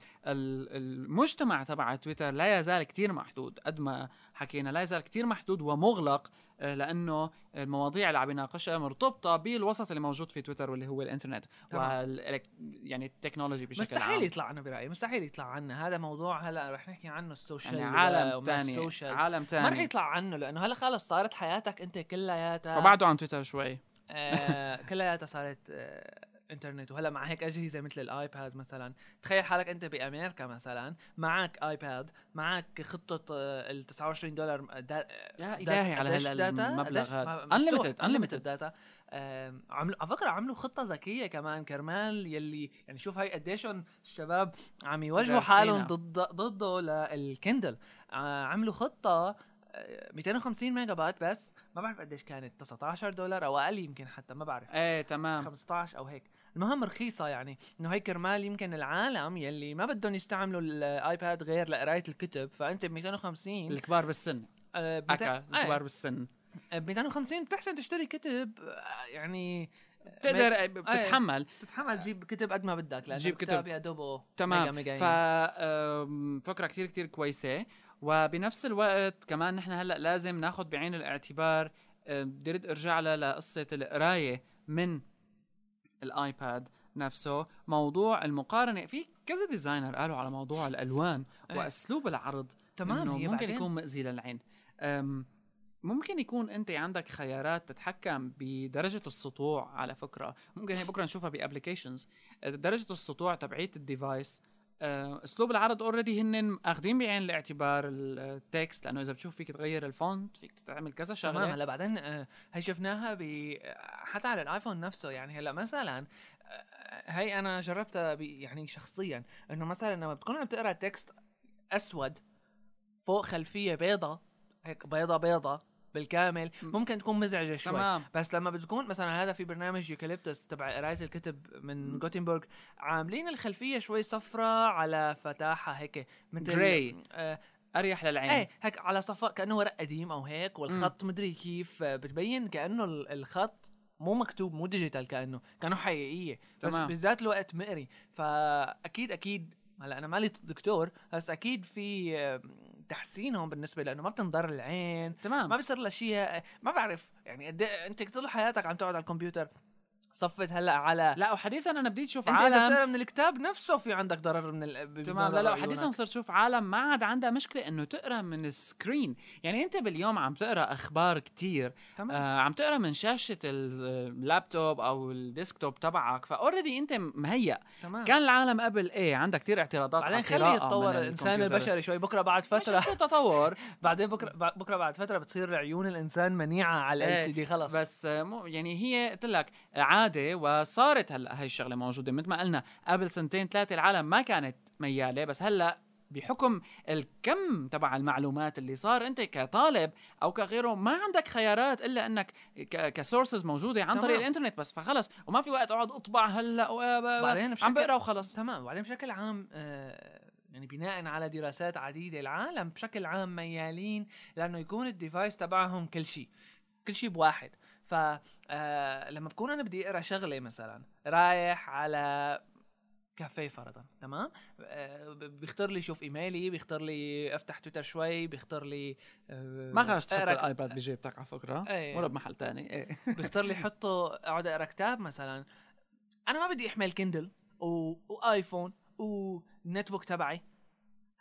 [SPEAKER 1] المجتمع تبع تويتر لا يزال كتير محدود قد ما حكينا لا يزال كتير محدود ومغلق آه، لانه المواضيع اللي عم يناقشها مرتبطه بالوسط اللي موجود في تويتر واللي هو الانترنت
[SPEAKER 2] تمام.
[SPEAKER 1] وال يعني التكنولوجي بشكل
[SPEAKER 2] مستحيل
[SPEAKER 1] عام
[SPEAKER 2] يطلع عنا برايي مستحيل يطلع عنا هذا موضوع هلا رح نحكي عنه السوشيال
[SPEAKER 1] يعني
[SPEAKER 2] و-
[SPEAKER 1] عالم
[SPEAKER 2] وما
[SPEAKER 1] تاني
[SPEAKER 2] السوشيال
[SPEAKER 1] عالم
[SPEAKER 2] ما رح
[SPEAKER 1] تاني
[SPEAKER 2] يطلع عنه لانه هلا خلص صارت حياتك انت كلياتها
[SPEAKER 1] فبعده عن تويتر شوي <laughs>
[SPEAKER 2] آه كلياتها صارت آه انترنت وهلا مع هيك اجهزه مثل الايباد مثلا تخيل حالك انت بامريكا مثلا معك ايباد معك خطه آه، ال 29 دولار آه، دا
[SPEAKER 1] يا
[SPEAKER 2] داتا-
[SPEAKER 1] إلهي على
[SPEAKER 2] قديش
[SPEAKER 1] هلا
[SPEAKER 2] داتا؟
[SPEAKER 1] المبلغ
[SPEAKER 2] قديش-
[SPEAKER 1] هذا.
[SPEAKER 2] ما- مفتوح،
[SPEAKER 1] Unlimited- unlimited.
[SPEAKER 2] داتا آم، عملوا على فكره عملوا خطه ذكيه كمان كرمال يلي يعني شوف هاي قديشهم الشباب عم يواجهوا
[SPEAKER 1] دارسينها.
[SPEAKER 2] حالهم ضد ضده للكندل آه، عملوا خطه آه، 250 ميجا بايت بس ما بعرف قديش كانت 19 دولار او اقل يمكن حتى ما بعرف
[SPEAKER 1] ايه تمام
[SPEAKER 2] 15 او هيك المهم رخيصة يعني انه هي كرمال يمكن العالم يلي ما بدهم يستعملوا الايباد غير لقراية الكتب فانت ب 250
[SPEAKER 1] الكبار بالسن
[SPEAKER 2] آه، بت-
[SPEAKER 1] اكا
[SPEAKER 2] آه،
[SPEAKER 1] الكبار بالسن
[SPEAKER 2] ب 250 بتحسن تشتري كتب آه، يعني
[SPEAKER 1] بتقدر بتتحمل
[SPEAKER 2] بتتحمل تجيب كتب قد ما بدك لانه
[SPEAKER 1] جيب
[SPEAKER 2] جيب
[SPEAKER 1] كتب.
[SPEAKER 2] كتب يا دوبه ميجا
[SPEAKER 1] تمام
[SPEAKER 2] ميجا
[SPEAKER 1] ف
[SPEAKER 2] يعني.
[SPEAKER 1] آم، فكره كثير كثير كويسه وبنفس الوقت كمان نحن هلا لازم ناخذ بعين الاعتبار آه، بدي ارد ارجع لها لقصه القرايه من الايباد نفسه موضوع المقارنه في كذا ديزاينر قالوا على موضوع الالوان
[SPEAKER 2] إيه.
[SPEAKER 1] واسلوب العرض
[SPEAKER 2] تمام،
[SPEAKER 1] إنه
[SPEAKER 2] هي
[SPEAKER 1] ممكن
[SPEAKER 2] بعدين-
[SPEAKER 1] يكون مؤذي للعين أم، ممكن يكون انت عندك خيارات تتحكم بدرجه السطوع على فكره ممكن هي بكره نشوفها بابلكيشنز درجه السطوع تبعيت الديفايس أه، اسلوب العرض اوريدي هن اخذين بعين الاعتبار التكست لانه اذا بتشوف فيك تغير الفونت فيك تعمل كذا
[SPEAKER 2] تمام
[SPEAKER 1] شغله
[SPEAKER 2] هلا بعدين آه، هي شفناها ب آه، حتى على الايفون نفسه يعني هلا مثلا آه، هي انا جربتها ب- يعني شخصيا انه مثلا لما بتكون عم تقرا تكست اسود فوق خلفيه بيضة هيك بيضة بيضة بالكامل ممكن تكون مزعجه شوي
[SPEAKER 1] تمام.
[SPEAKER 2] بس لما بتكون مثلا هذا في برنامج يوكاليبتس تبع قرايه الكتب من جوتنبرغ عاملين الخلفيه شوي صفراء على فتحه هيك مثل
[SPEAKER 1] Gray.
[SPEAKER 2] آه
[SPEAKER 1] اريح للعين
[SPEAKER 2] ايه هيك على صفاء كانه ورق قديم او هيك والخط مدري كيف آه، بتبين كانه ال- الخط مو مكتوب مو ديجيتال كانه كانوا حقيقيه بس
[SPEAKER 1] تمام.
[SPEAKER 2] بالذات الوقت مقري فاكيد اكيد هلا انا مالي دكتور بس اكيد في آه، تحسينهم بالنسبه لانه ما بتنضر العين
[SPEAKER 1] تمام
[SPEAKER 2] ما بصير لها شيء ما بعرف يعني قد إيه انت طول حياتك عم تقعد على الكمبيوتر صفت هلا على
[SPEAKER 1] لا وحديثا انا بديت اشوف
[SPEAKER 2] انت اذا
[SPEAKER 1] عالم
[SPEAKER 2] بتقرا من الكتاب نفسه في عندك ضرر من ال...
[SPEAKER 1] تمام لا لا حديثا صرت اشوف عالم ما عاد عندها مشكله انه تقرا من السكرين يعني انت باليوم عم تقرا اخبار كتير
[SPEAKER 2] تمام
[SPEAKER 1] آه عم تقرا من شاشه اللابتوب او الديسكتوب تبعك فاوريدي انت مهيأ
[SPEAKER 2] تمام
[SPEAKER 1] كان العالم قبل ايه عندك كتير اعتراضات
[SPEAKER 2] آه. بعدين
[SPEAKER 1] على
[SPEAKER 2] خليه
[SPEAKER 1] القراءة من
[SPEAKER 2] يتطور الانسان
[SPEAKER 1] الكمبيوتر.
[SPEAKER 2] البشري شوي بكره بعد فتره
[SPEAKER 1] مش قصة تطور
[SPEAKER 2] بعدين بكره بع- بكره بعد فتره بتصير عيون الانسان منيعه على
[SPEAKER 1] إيه،
[SPEAKER 2] ال سي دي خلص
[SPEAKER 1] بس آه، مو يعني هي قلت لك عاده وصارت هلا هاي الشغله موجوده مثل ما قلنا قبل سنتين ثلاثه العالم ما كانت مياله بس هلا بحكم الكم تبع المعلومات اللي صار انت كطالب او كغيره ما عندك خيارات الا انك كسورسز موجوده عن
[SPEAKER 2] تمام.
[SPEAKER 1] طريق الانترنت بس فخلص وما في وقت اقعد اطبع هلا و...
[SPEAKER 2] بعدين
[SPEAKER 1] عم
[SPEAKER 2] بشكل-
[SPEAKER 1] بقرا وخلص
[SPEAKER 2] تمام وبعدين بشكل عام آه، يعني بناء على دراسات عديده العالم بشكل عام ميالين لانه يكون الديفايس تبعهم كل شيء كل شيء بواحد ف آه، لما بكون انا بدي اقرا شغله مثلا رايح على كافيه فرضا تمام آه، ب- بيختار لي شوف ايميلي بيختار لي افتح تويتر شوي بيختار لي آه،
[SPEAKER 1] ما خرجت تحط
[SPEAKER 2] أقرأ-
[SPEAKER 1] الايباد بجيبتك على فكره
[SPEAKER 2] إيه.
[SPEAKER 1] ولا بمحل تاني ايه
[SPEAKER 2] بيختار لي حطه اقعد اقرا كتاب مثلا انا ما بدي احمل كندل و... وايفون والنت بوك تبعي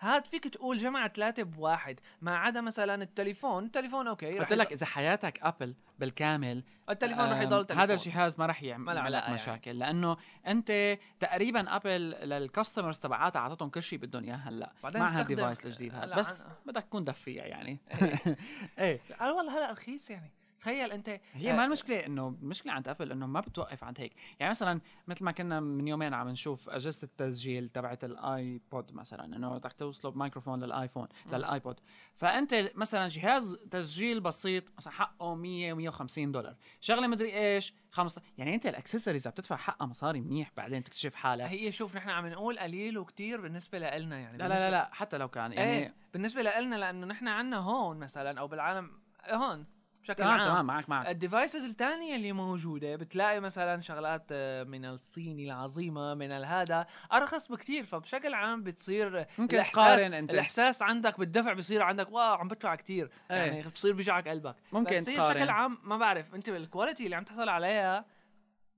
[SPEAKER 2] هاد فيك تقول جمع ثلاثة بواحد ما عدا مثلا التليفون التليفون اوكي رح
[SPEAKER 1] قلت لك اذا حياتك ابل بالكامل
[SPEAKER 2] يضل- التليفون رح
[SPEAKER 1] آم،
[SPEAKER 2] يضل تليفون
[SPEAKER 1] هذا الجهاز ما رح يعمل
[SPEAKER 2] ما له
[SPEAKER 1] لك
[SPEAKER 2] علاقة يعني.
[SPEAKER 1] مشاكل لانه انت تقريبا ابل للكاستمرز تبعاتها اعطتهم كل شيء بدهم اياه هلا
[SPEAKER 2] بعدين
[SPEAKER 1] مع
[SPEAKER 2] استخدم-
[SPEAKER 1] هالديفايس الجديد هذا
[SPEAKER 2] هلا
[SPEAKER 1] بس
[SPEAKER 2] عن-
[SPEAKER 1] بدك تكون دفيع يعني <laughs> إيه.
[SPEAKER 2] آه والله هلا رخيص يعني تخيل انت
[SPEAKER 1] هي ما المشكله انه المشكله عند ابل انه ما بتوقف عند هيك يعني مثلا مثل ما كنا من يومين عم نشوف اجهزه التسجيل تبعت الايبود مثلا انه بدك توصله بميكروفون للايفون للايبود فانت مثلا جهاز تسجيل بسيط مثلا حقه 100 150 دولار شغله مدري ايش 15 يعني انت الاكسسوارز بتدفع حقها مصاري منيح بعدين تكتشف حالك
[SPEAKER 2] هي شوف نحن عم نقول قليل وكتير بالنسبة لنا يعني
[SPEAKER 1] لا لا لا, لا حتى لو كان يعني
[SPEAKER 2] ايه بالنسبة لنا لانه نحن عنا هون مثلا او بالعالم هون بشكل
[SPEAKER 1] تمام
[SPEAKER 2] عام
[SPEAKER 1] تمام معك معك
[SPEAKER 2] الديفايسز الثانية اللي موجودة بتلاقي مثلا شغلات آه، من الصيني العظيمة من الهذا أرخص بكتير فبشكل عام بتصير
[SPEAKER 1] ممكن
[SPEAKER 2] الإحساس-
[SPEAKER 1] تقارن أنت.
[SPEAKER 2] الإحساس عندك بالدفع بصير عندك واو عم بدفع كتير
[SPEAKER 1] إيه.
[SPEAKER 2] يعني بصير بيجعك قلبك
[SPEAKER 1] ممكن
[SPEAKER 2] بس هي
[SPEAKER 1] تقارن.
[SPEAKER 2] بشكل عام ما بعرف أنت الكواليتي اللي عم تحصل عليها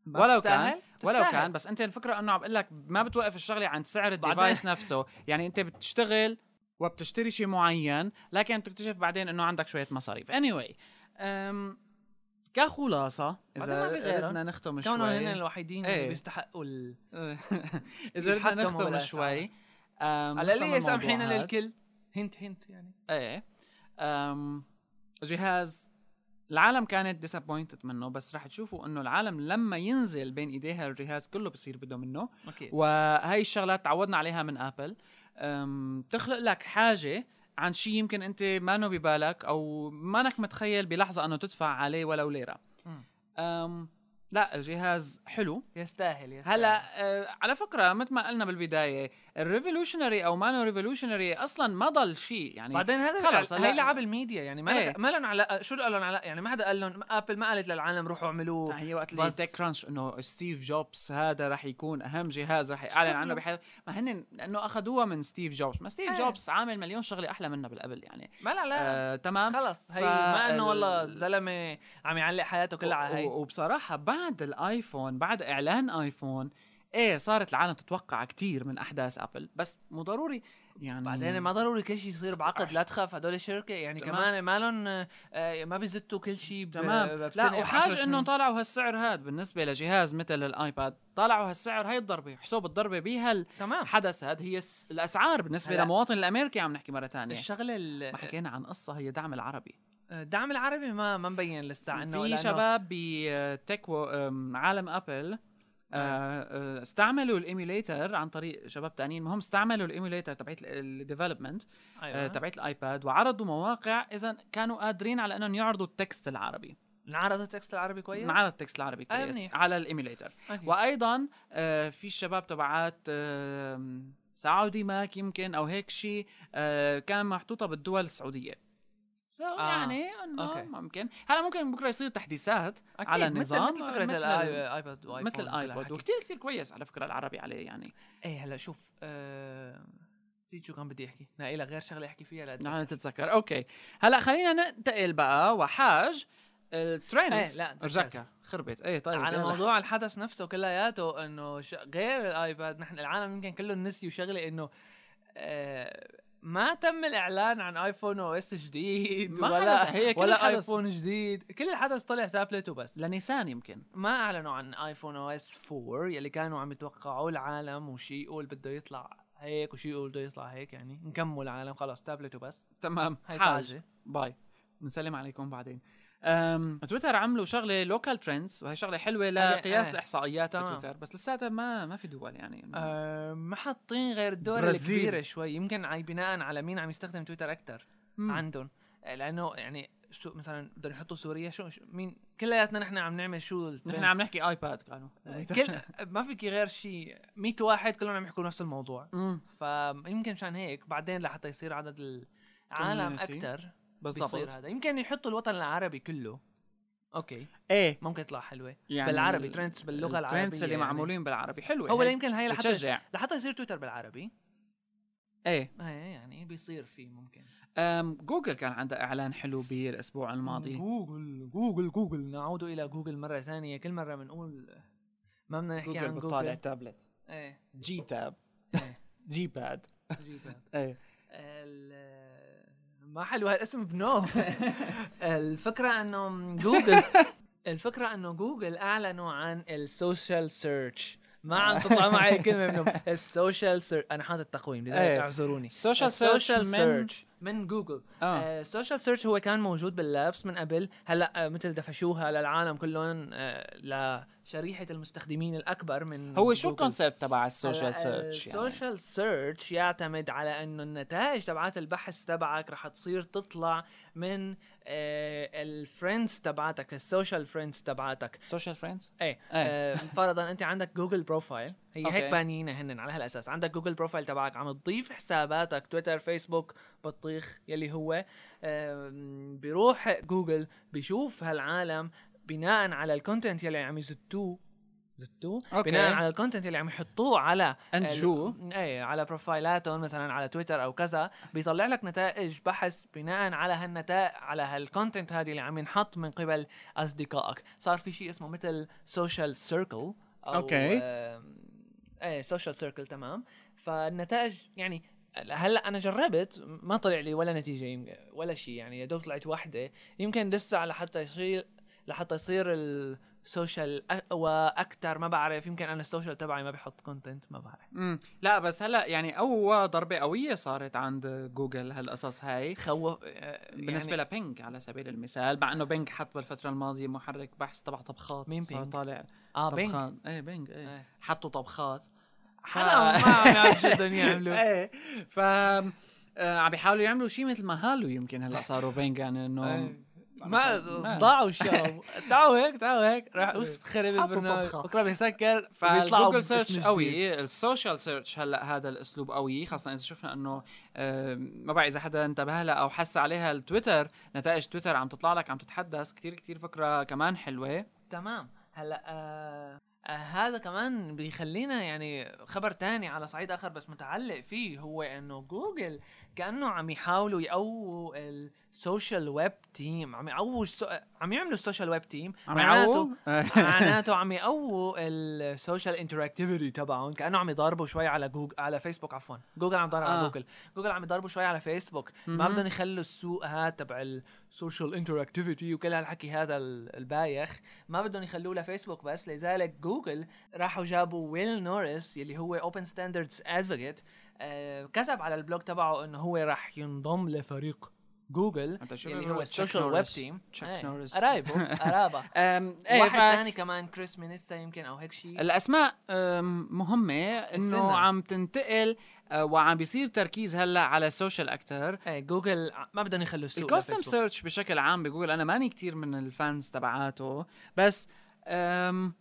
[SPEAKER 2] ما
[SPEAKER 1] ولو
[SPEAKER 2] بتستاهل؟
[SPEAKER 1] كان ولو
[SPEAKER 2] بتستاهل.
[SPEAKER 1] كان بس انت الفكره انه عم بقول لك ما بتوقف الشغله عند سعر
[SPEAKER 2] بعدين- <laughs>
[SPEAKER 1] الديفايس نفسه يعني انت بتشتغل وبتشتري شيء معين لكن بتكتشف بعدين انه عندك شويه مصاريف anyway أم كخلاصه
[SPEAKER 2] بعدين
[SPEAKER 1] اذا
[SPEAKER 2] ما في غيرهم.
[SPEAKER 1] بدنا نختم شوي
[SPEAKER 2] كونهم
[SPEAKER 1] <laughs>
[SPEAKER 2] هن الوحيدين
[SPEAKER 1] إيه.
[SPEAKER 2] اللي بيستحقوا ال...
[SPEAKER 1] اذا بدنا
[SPEAKER 2] يتحكموا
[SPEAKER 1] نختم
[SPEAKER 2] بالأسعار.
[SPEAKER 1] شوي
[SPEAKER 2] على القليل سامحينا للكل هنت هنت يعني
[SPEAKER 1] ايه أم، جهاز العالم كانت disappointed منه بس رح تشوفوا انه العالم لما ينزل بين ايديها الجهاز كله بصير بده منه
[SPEAKER 2] أكيد
[SPEAKER 1] وهي الشغلات تعودنا عليها من ابل أم، تخلق لك حاجه عن شيء يمكن انت مانو ببالك او مانك متخيل بلحظه انه تدفع عليه ولو ليره
[SPEAKER 2] مم.
[SPEAKER 1] أم لا جهاز حلو
[SPEAKER 2] يستاهل يستاهل
[SPEAKER 1] هلا أه، على فكره مثل ما قلنا بالبدايه الريفولوشنري او مانو ريفولوشنري اصلا ما ضل شيء يعني
[SPEAKER 2] بعدين هذا
[SPEAKER 1] خلص
[SPEAKER 2] خلص
[SPEAKER 1] هلا-
[SPEAKER 2] هي لعب الميديا يعني ما
[SPEAKER 1] إيه.
[SPEAKER 2] ايه. ما لهم علاقه شو قالوا على يعني ما حدا قال لهم ابل ما قالت للعالم روحوا اعملوه
[SPEAKER 1] هي وقت اللي
[SPEAKER 2] بس-
[SPEAKER 1] تك كرانش انه ستيف جوبز هذا رح يكون اهم جهاز رح يعلن عنه
[SPEAKER 2] استفلوا.
[SPEAKER 1] بحياته ما هن لانه اخذوها من ستيف جوبز ما ستيف
[SPEAKER 2] إيه.
[SPEAKER 1] جوبز عامل مليون شغله احلى منا بالقبل يعني
[SPEAKER 2] ما لها علاقه
[SPEAKER 1] آه تمام
[SPEAKER 2] خلص هي
[SPEAKER 1] ف-
[SPEAKER 2] ما
[SPEAKER 1] ال-
[SPEAKER 2] انه والله الزلمه عم يعلق حياته كلها على
[SPEAKER 1] و-
[SPEAKER 2] هي
[SPEAKER 1] وبصراحه بعد الايفون بعد اعلان ايفون ايه صارت العالم تتوقع كتير من احداث ابل بس مو ضروري يعني
[SPEAKER 2] بعدين ما ضروري كل شيء يصير بعقد لا تخاف هدول الشركه يعني
[SPEAKER 1] تمام.
[SPEAKER 2] كمان ما لهم ما بيزتوا كل شيء ب-
[SPEAKER 1] تمام
[SPEAKER 2] بسنة
[SPEAKER 1] لا
[SPEAKER 2] أو
[SPEAKER 1] وحاج
[SPEAKER 2] عشر
[SPEAKER 1] انه
[SPEAKER 2] سنين.
[SPEAKER 1] طلعوا هالسعر هاد بالنسبه لجهاز مثل الايباد طلعوا هالسعر هاي الضربه حساب الضربه بيها
[SPEAKER 2] تمام
[SPEAKER 1] الحدث هاد هي الس- الاسعار بالنسبه
[SPEAKER 2] هلا.
[SPEAKER 1] للمواطن الامريكي عم نحكي مره ثانيه
[SPEAKER 2] الشغله ال-
[SPEAKER 1] ما حكينا عن قصه هي دعم العربي
[SPEAKER 2] الدعم العربي ما ما مبين لسه انه
[SPEAKER 1] في
[SPEAKER 2] لأنه-
[SPEAKER 1] شباب بتك عالم ابل آه، آه، استعملوا الايميوليتر عن طريق شباب تانيين المهم استعملوا الايميوليتر تبعت الديفلوبمنت
[SPEAKER 2] أيوة.
[SPEAKER 1] آه، تبعت الايباد وعرضوا مواقع اذا كانوا قادرين على انهم يعرضوا التكست العربي
[SPEAKER 2] انعرض التكست العربي كويس
[SPEAKER 1] على التكست العربي
[SPEAKER 2] آه،
[SPEAKER 1] كويس
[SPEAKER 2] منيح.
[SPEAKER 1] على الايميوليتر
[SPEAKER 2] أوكي.
[SPEAKER 1] وايضا آه، في الشباب تبعات آه، سعودي ماك يمكن او هيك شيء آه، كان محطوطه بالدول السعوديه سو so
[SPEAKER 2] آه.
[SPEAKER 1] يعني انه
[SPEAKER 2] أوكي.
[SPEAKER 1] ممكن هلا ممكن بكره يصير تحديثات على النظام
[SPEAKER 2] مثل, مثل فكره
[SPEAKER 1] مثل-
[SPEAKER 2] الايباد وايفون
[SPEAKER 1] مثل
[SPEAKER 2] وكل
[SPEAKER 1] الايبود
[SPEAKER 2] هالحكي.
[SPEAKER 1] وكتير كتير كويس على فكره العربي عليه يعني
[SPEAKER 2] ايه هلا شوف آه، نسيت شو كان بدي احكي ناقي لك غير شغله احكي فيها لا
[SPEAKER 1] نحن تتذكر اوكي هلا خلينا ننتقل بقى وحاج الترندز
[SPEAKER 2] إيه، لا، تذكرت.
[SPEAKER 1] رجعك خربت ايه طيب
[SPEAKER 2] على
[SPEAKER 1] يلا.
[SPEAKER 2] موضوع الحدث نفسه كلياته انه ش... غير الايباد نحن العالم يمكن كله نسيوا شغله انه آه ما تم الاعلان عن ايفون او اس جديد
[SPEAKER 1] ما
[SPEAKER 2] ولا
[SPEAKER 1] حدث، هي كل
[SPEAKER 2] ولا
[SPEAKER 1] الحدث-
[SPEAKER 2] ايفون جديد كل الحدث طلع تابلت وبس
[SPEAKER 1] لنيسان يمكن
[SPEAKER 2] ما اعلنوا عن ايفون او اس 4 يلي كانوا عم يتوقعوه العالم وشي يقول بده يطلع هيك وشي يقول بده يطلع هيك يعني نكمل العالم خلاص تابلت وبس
[SPEAKER 1] تمام
[SPEAKER 2] هاي
[SPEAKER 1] حاج
[SPEAKER 2] حاجه
[SPEAKER 1] باي نسلم عليكم بعدين أم تويتر عملوا شغله لوكال ترندز وهي شغله حلوه لقياس
[SPEAKER 2] آه.
[SPEAKER 1] الاحصائيات
[SPEAKER 2] تمام.
[SPEAKER 1] بتويتر بس لساتها ما ما في دول يعني
[SPEAKER 2] أه ما حاطين غير الدول
[SPEAKER 1] برازيل.
[SPEAKER 2] الكبيره شوي يمكن عي بناء على مين عم يستخدم تويتر اكثر
[SPEAKER 1] مم.
[SPEAKER 2] عندهم آه، لانه يعني شو مثلا بدهم يحطوا سوريا شو, شو مين كلياتنا نحن عم نعمل شو الترند.
[SPEAKER 1] نحن عم نحكي ايباد كانوا <laughs>
[SPEAKER 2] آه، <laughs> كل ما فيك غير شيء 100 واحد كلهم عم يحكوا نفس الموضوع
[SPEAKER 1] مم.
[SPEAKER 2] فيمكن مشان هيك بعدين لحتى يصير عدد العالم
[SPEAKER 1] Community.
[SPEAKER 2] اكثر بيصير
[SPEAKER 1] بالضبط
[SPEAKER 2] هذا يمكن يحطوا الوطن العربي كله اوكي
[SPEAKER 1] ايه
[SPEAKER 2] ممكن يطلع حلوه
[SPEAKER 1] يعني
[SPEAKER 2] بالعربي
[SPEAKER 1] ال-
[SPEAKER 2] ترندس باللغه العربيه
[SPEAKER 1] الترندز اللي
[SPEAKER 2] يعني.
[SPEAKER 1] معمولين بالعربي حلوه
[SPEAKER 2] هو
[SPEAKER 1] هي.
[SPEAKER 2] يمكن هي لحتى
[SPEAKER 1] بتشجع
[SPEAKER 2] لحتى يصير تويتر بالعربي
[SPEAKER 1] ايه
[SPEAKER 2] ايه يعني بيصير في ممكن
[SPEAKER 1] أم جوجل كان عندها اعلان حلو بالاسبوع الماضي
[SPEAKER 2] جوجل جوجل جوجل نعود الى جوجل مره ثانيه كل مره بنقول ما بدنا نحكي
[SPEAKER 1] جوجل
[SPEAKER 2] عن
[SPEAKER 1] بتطالع
[SPEAKER 2] جوجل
[SPEAKER 1] تابلت
[SPEAKER 2] ايه
[SPEAKER 1] جي تاب
[SPEAKER 2] <laughs> إيه.
[SPEAKER 1] جي باد
[SPEAKER 2] جيبها.
[SPEAKER 1] ايه
[SPEAKER 2] ال- ما حلو هالاسم
[SPEAKER 1] <laughs>
[SPEAKER 2] بنو الفكره انه جوجل الفكره انه جوجل اعلنوا عن السوشيال سيرش ما عم تطلع معي الكلمه
[SPEAKER 1] <laughs>
[SPEAKER 2] منهم السوشيال سيرش انا حاطط التقويم لذلك
[SPEAKER 1] إيه.
[SPEAKER 2] اعذروني
[SPEAKER 1] Social search
[SPEAKER 2] السوشيال
[SPEAKER 1] من-
[SPEAKER 2] سيرش من جوجل
[SPEAKER 1] آه.
[SPEAKER 2] السوشيال سيرش هو كان موجود باللابس من قبل هلا آه، مثل دفشوها للعالم كلهم آه، لشريحه المستخدمين الاكبر من
[SPEAKER 1] هو شو
[SPEAKER 2] جوجل. آه،
[SPEAKER 1] الكونسيبت تبع السوشيال سيرش يعني
[SPEAKER 2] السوشيال سيرش يعتمد على انه النتائج تبعات البحث تبعك رح تصير تطلع من آه، الفريندز تبعتك السوشيال فريندز تبعتك
[SPEAKER 1] سوشيال فريندز
[SPEAKER 2] ايه آه، فرضا انت عندك جوجل بروفايل هي
[SPEAKER 1] إيه. أوكي.
[SPEAKER 2] هيك بانيينه هن على هالاساس عندك جوجل بروفايل تبعك عم تضيف حساباتك تويتر فيسبوك بطيخ يلي هو آم، بيروح جوجل بيشوف هالعالم بناء على الكونتنت يلي عم يزتوه زتوه
[SPEAKER 1] أوكي.
[SPEAKER 2] بناء على الكونتنت اللي عم يحطوه على
[SPEAKER 1] انت
[SPEAKER 2] ال-
[SPEAKER 1] شو
[SPEAKER 2] ايه على بروفايلاتهم مثلا على تويتر او كذا بيطلع لك نتائج بحث بناء على هالنتائج على هالكونتنت هذه اللي عم ينحط من قبل اصدقائك صار في شيء اسمه مثل سوشيال سيركل او
[SPEAKER 1] أوكي.
[SPEAKER 2] آم، ايه سوشيال سيركل تمام فالنتائج يعني هلا انا جربت ما طلع لي ولا نتيجه يم- ولا شيء يعني يا دوب طلعت واحده يمكن لسه لحتى يصير لحتى يصير السوشيال اقوى اكثر ما بعرف يمكن انا السوشيال تبعي ما بحط كونتنت ما بعرف
[SPEAKER 1] امم لا بس هلا يعني اول ضربه قويه صارت عند جوجل هالقصص هاي
[SPEAKER 2] خوف آه،
[SPEAKER 1] بالنسبه
[SPEAKER 2] يعني
[SPEAKER 1] يعني لبينك على سبيل المثال مع انه بينك حط بالفتره الماضيه محرك بحث تبع طبخات
[SPEAKER 2] مين
[SPEAKER 1] صار
[SPEAKER 2] بينج؟
[SPEAKER 1] طالع
[SPEAKER 2] اه بينج
[SPEAKER 1] طبخات ايه بينج ايه
[SPEAKER 2] إيه.
[SPEAKER 1] حطوا طبخات
[SPEAKER 2] حدا <laughs> ما عم يعرف شو بدهم يعملوا
[SPEAKER 1] ايه ف آه، عم بيحاولوا يعملوا شيء مثل ما هالو يمكن هلا صاروا بينج يعني
[SPEAKER 2] إيه.
[SPEAKER 1] انه
[SPEAKER 2] آه، ما ضاعوا الشباب تعالوا هيك تعالوا هيك راح وش خرب
[SPEAKER 1] حطوا
[SPEAKER 2] البرنامج
[SPEAKER 1] طبخة.
[SPEAKER 2] بكره بيسكر
[SPEAKER 1] فالجوجل سيرش قوي إيه، السوشيال سيرش هلا هذا الاسلوب قوي خاصه اذا شفنا انه آه، ما بعرف اذا حدا انتبه لها او حس عليها التويتر نتائج تويتر عم تطلع لك عم تتحدث كتير كتير فكره كمان حلوه
[SPEAKER 2] تمام هلا آه آه هذا كمان بيخلينا يعني خبر تاني على صعيد اخر بس متعلق فيه هو انه جوجل كانه عم يحاولوا يقووا السوشيال ويب تيم عم يقووا السو... عم يعملوا السوشيال ويب تيم
[SPEAKER 1] عم
[SPEAKER 2] معناته-
[SPEAKER 1] <laughs> يعووا؟
[SPEAKER 2] معناته عم يقووا السوشيال انتراكتيفيتي تبعهم كانه عم يضاربوا شوي على جوجل على فيسبوك عفوا جوجل عم يضارب على
[SPEAKER 1] آه.
[SPEAKER 2] جوجل جوجل عم يضاربوا شوي على فيسبوك ما بدهم يخلوا السوق هذا تبع السوشيال انتراكتيفيتي وكل هالحكي هذا ال- البايخ ما بدهم يخلوه لفيسبوك بس لذلك جوجل راحوا جابوا ويل نورس يلي هو اوبن ستاندردز ادفوكيت آه، كتب على البلوج تبعه انه هو راح ينضم لفريق جوجل
[SPEAKER 1] أنت شو
[SPEAKER 2] اللي
[SPEAKER 1] بيعملوا؟
[SPEAKER 2] يعني هو
[SPEAKER 1] Chuck
[SPEAKER 2] السوشيال ويب
[SPEAKER 1] Norris.
[SPEAKER 2] تيم
[SPEAKER 1] Chuck Norris.
[SPEAKER 2] قرايبه
[SPEAKER 1] <laughs>
[SPEAKER 2] قرابه
[SPEAKER 1] أم، إيه،
[SPEAKER 2] إيه. واحد
[SPEAKER 1] ف-
[SPEAKER 2] ثاني كمان كريس مينيستا يمكن او هيك شيء
[SPEAKER 1] الاسماء أم، مهمه انه
[SPEAKER 2] سنة.
[SPEAKER 1] عم تنتقل آه، وعم بيصير تركيز هلا على السوشيال اكثر
[SPEAKER 2] ايه جوجل ع- ما بدهم يخلوا السوق
[SPEAKER 1] الكاستم
[SPEAKER 2] لفيسبوك.
[SPEAKER 1] سيرش بشكل عام بقول انا ماني كتير من الفانز تبعاته بس أم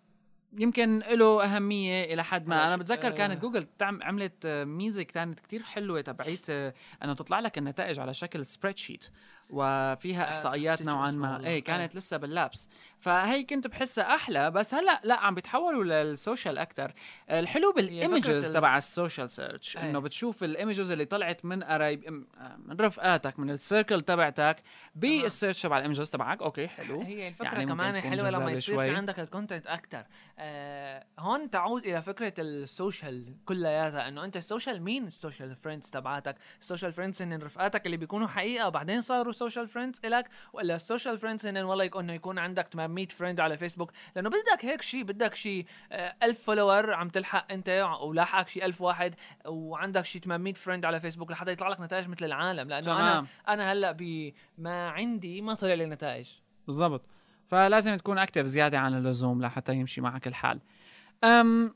[SPEAKER 1] يمكن له أهمية إلى حد ما أنا
[SPEAKER 2] ش-
[SPEAKER 1] بتذكر
[SPEAKER 2] آه.
[SPEAKER 1] كانت جوجل تعم عملت آه، ميزة كانت كتير حلوة تبعيت آه، أنه تطلع لك النتائج على شكل سبريد شيت وفيها احصائيات
[SPEAKER 2] حسيت شو
[SPEAKER 1] نوعا
[SPEAKER 2] اسمها
[SPEAKER 1] ما
[SPEAKER 2] والله.
[SPEAKER 1] ايه كانت لسه باللابس فهي كنت بحسها احلى بس هلا لا عم بيتحولوا للسوشيال اكثر الحلو بالايمجز
[SPEAKER 2] فكرة ال-
[SPEAKER 1] تبع السوشيال سيرش
[SPEAKER 2] إيه.
[SPEAKER 1] انه بتشوف الايمجز اللي طلعت من قرايب من رفقاتك من السيركل تبعتك بالسيرش تبع الايمجز تبعك اوكي حلو
[SPEAKER 2] هي الفكره
[SPEAKER 1] يعني
[SPEAKER 2] يعني
[SPEAKER 1] ممكن
[SPEAKER 2] كمان
[SPEAKER 1] تكون
[SPEAKER 2] حلوه لما
[SPEAKER 1] جذابة
[SPEAKER 2] يصير
[SPEAKER 1] شوي.
[SPEAKER 2] في عندك الكونتنت اكثر آه هون تعود الى فكره السوشيال كلياتها انه انت السوشيال مين السوشيال فريندز تبعتك السوشيال فريندز هن رفقاتك اللي بيكونوا حقيقه وبعدين صاروا سوشيال فريندز الك ولا السوشيال فريندز هن والله يكون انه يكون عندك 800 فريند على فيسبوك لانه بدك هيك شيء بدك شيء آه 1000 فولور عم تلحق انت ولاحقك شيء 1000 واحد وعندك شيء 800 فريند على فيسبوك لحتى يطلع لك نتائج مثل العالم لانه
[SPEAKER 1] تمام.
[SPEAKER 2] انا انا هلا بما عندي ما طلع لي نتائج
[SPEAKER 1] بالضبط فلازم تكون اكتف زياده عن اللزوم لحتى يمشي معك الحال أم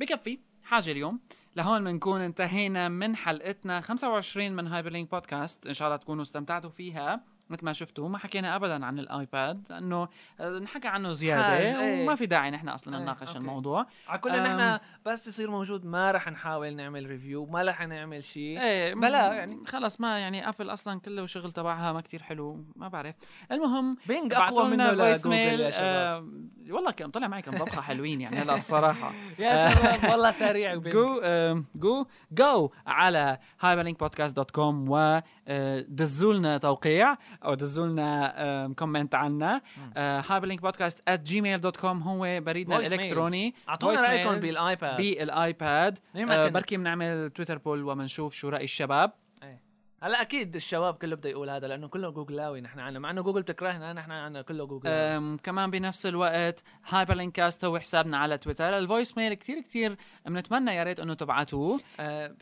[SPEAKER 1] بكفي حاجه اليوم لهون بنكون انتهينا من حلقتنا 25 من هايبر لينك بودكاست ان شاء الله تكونوا استمتعتوا فيها مثل ما شفتوا ما حكينا ابدا عن الايباد لانه آه، نحكى عنه
[SPEAKER 2] حاج،
[SPEAKER 1] زياده
[SPEAKER 2] إيه.
[SPEAKER 1] وما في داعي نحن اصلا
[SPEAKER 2] إيه،
[SPEAKER 1] نناقش
[SPEAKER 2] أوكي.
[SPEAKER 1] الموضوع
[SPEAKER 2] على كل
[SPEAKER 1] أم.
[SPEAKER 2] نحن بس يصير موجود ما رح نحاول نعمل ريفيو ما رح نعمل شيء
[SPEAKER 1] ايه
[SPEAKER 2] بلا
[SPEAKER 1] م-
[SPEAKER 2] يعني.
[SPEAKER 1] خلص ما يعني ابل اصلا كله شغل تبعها ما كتير حلو ما بعرف المهم
[SPEAKER 2] بينج
[SPEAKER 1] بعتوا
[SPEAKER 2] اقوى
[SPEAKER 1] لنا
[SPEAKER 2] منه
[SPEAKER 1] فويس
[SPEAKER 2] لجوجل
[SPEAKER 1] ميل
[SPEAKER 2] يا شباب
[SPEAKER 1] والله كان طلع معي كم طبخه حلوين يعني هلا
[SPEAKER 2] <laughs>
[SPEAKER 1] الصراحه
[SPEAKER 2] يا شباب والله سريع بينج
[SPEAKER 1] جو آم، جو جو على hyperlinkpodcast.com ودزولنا آه، توقيع او دزولنا كومنت عنا آه، hyperlinkpodcast@gmail.com هو بريدنا
[SPEAKER 2] Voice mails.
[SPEAKER 1] الالكتروني Voice
[SPEAKER 2] اعطونا رايكم
[SPEAKER 1] mails
[SPEAKER 2] بالايباد
[SPEAKER 1] بالايباد
[SPEAKER 2] ليه ما
[SPEAKER 1] آه،
[SPEAKER 2] كنت؟
[SPEAKER 1] بركي بنعمل تويتر بول وبنشوف شو راي الشباب
[SPEAKER 2] إيه. هلا اكيد الشباب كله بده يقول هذا لانه كله جوجلاوي نحن عنا مع انه جوجل بتكرهنا نحن عنا كله جوجلاوي
[SPEAKER 1] أم، كمان بنفس الوقت هايبر لينك كاست هو حسابنا على تويتر الفويس ميل كثير كثير بنتمنى يا ريت انه تبعتوه
[SPEAKER 2] آه،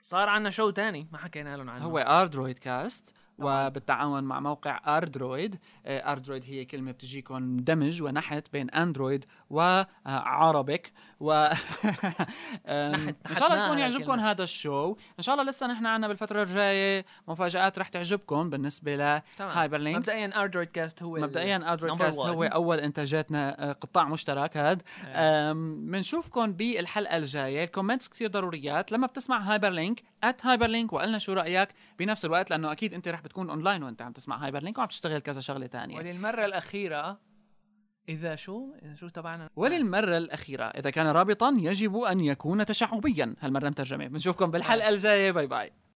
[SPEAKER 2] صار عنا شو تاني ما حكينا لهم عنه
[SPEAKER 1] هو اردرويد كاست وبالتعاون مع موقع اردرويد آه، اردرويد هي كلمه بتجيكم دمج ونحت بين اندرويد وعربك و <laughs> آم، ان شاء الله
[SPEAKER 2] نحتناها
[SPEAKER 1] يكون
[SPEAKER 2] الكلمة.
[SPEAKER 1] يعجبكم هذا الشو ان شاء الله لسه نحن عنا بالفتره الجايه مفاجات رح تعجبكم بالنسبه لهايبر لينك
[SPEAKER 2] مبدئيا اردرويد كاست هو ال-
[SPEAKER 1] مبدئيا اندرويد
[SPEAKER 2] number
[SPEAKER 1] كاست
[SPEAKER 2] one. إيه.
[SPEAKER 1] هو اول انتاجاتنا آه، قطاع مشترك هاد بنشوفكم بالحلقه الجايه الكومنتس كثير ضروريات لما بتسمع هايبر لينك ات هايبر لينك وقلنا شو رايك بنفس الوقت لانه اكيد انت رح بتكون اونلاين وانت عم تسمع هايبر لينك وعم تشتغل كذا شغله تانية
[SPEAKER 2] وللمره الاخيره اذا شو إذا شو تبعنا
[SPEAKER 1] وللمره الاخيره
[SPEAKER 2] إيه.
[SPEAKER 1] اذا كان رابطا يجب ان يكون تشعبيا هالمره مترجمه بنشوفكم بالحلقه الجايه باي باي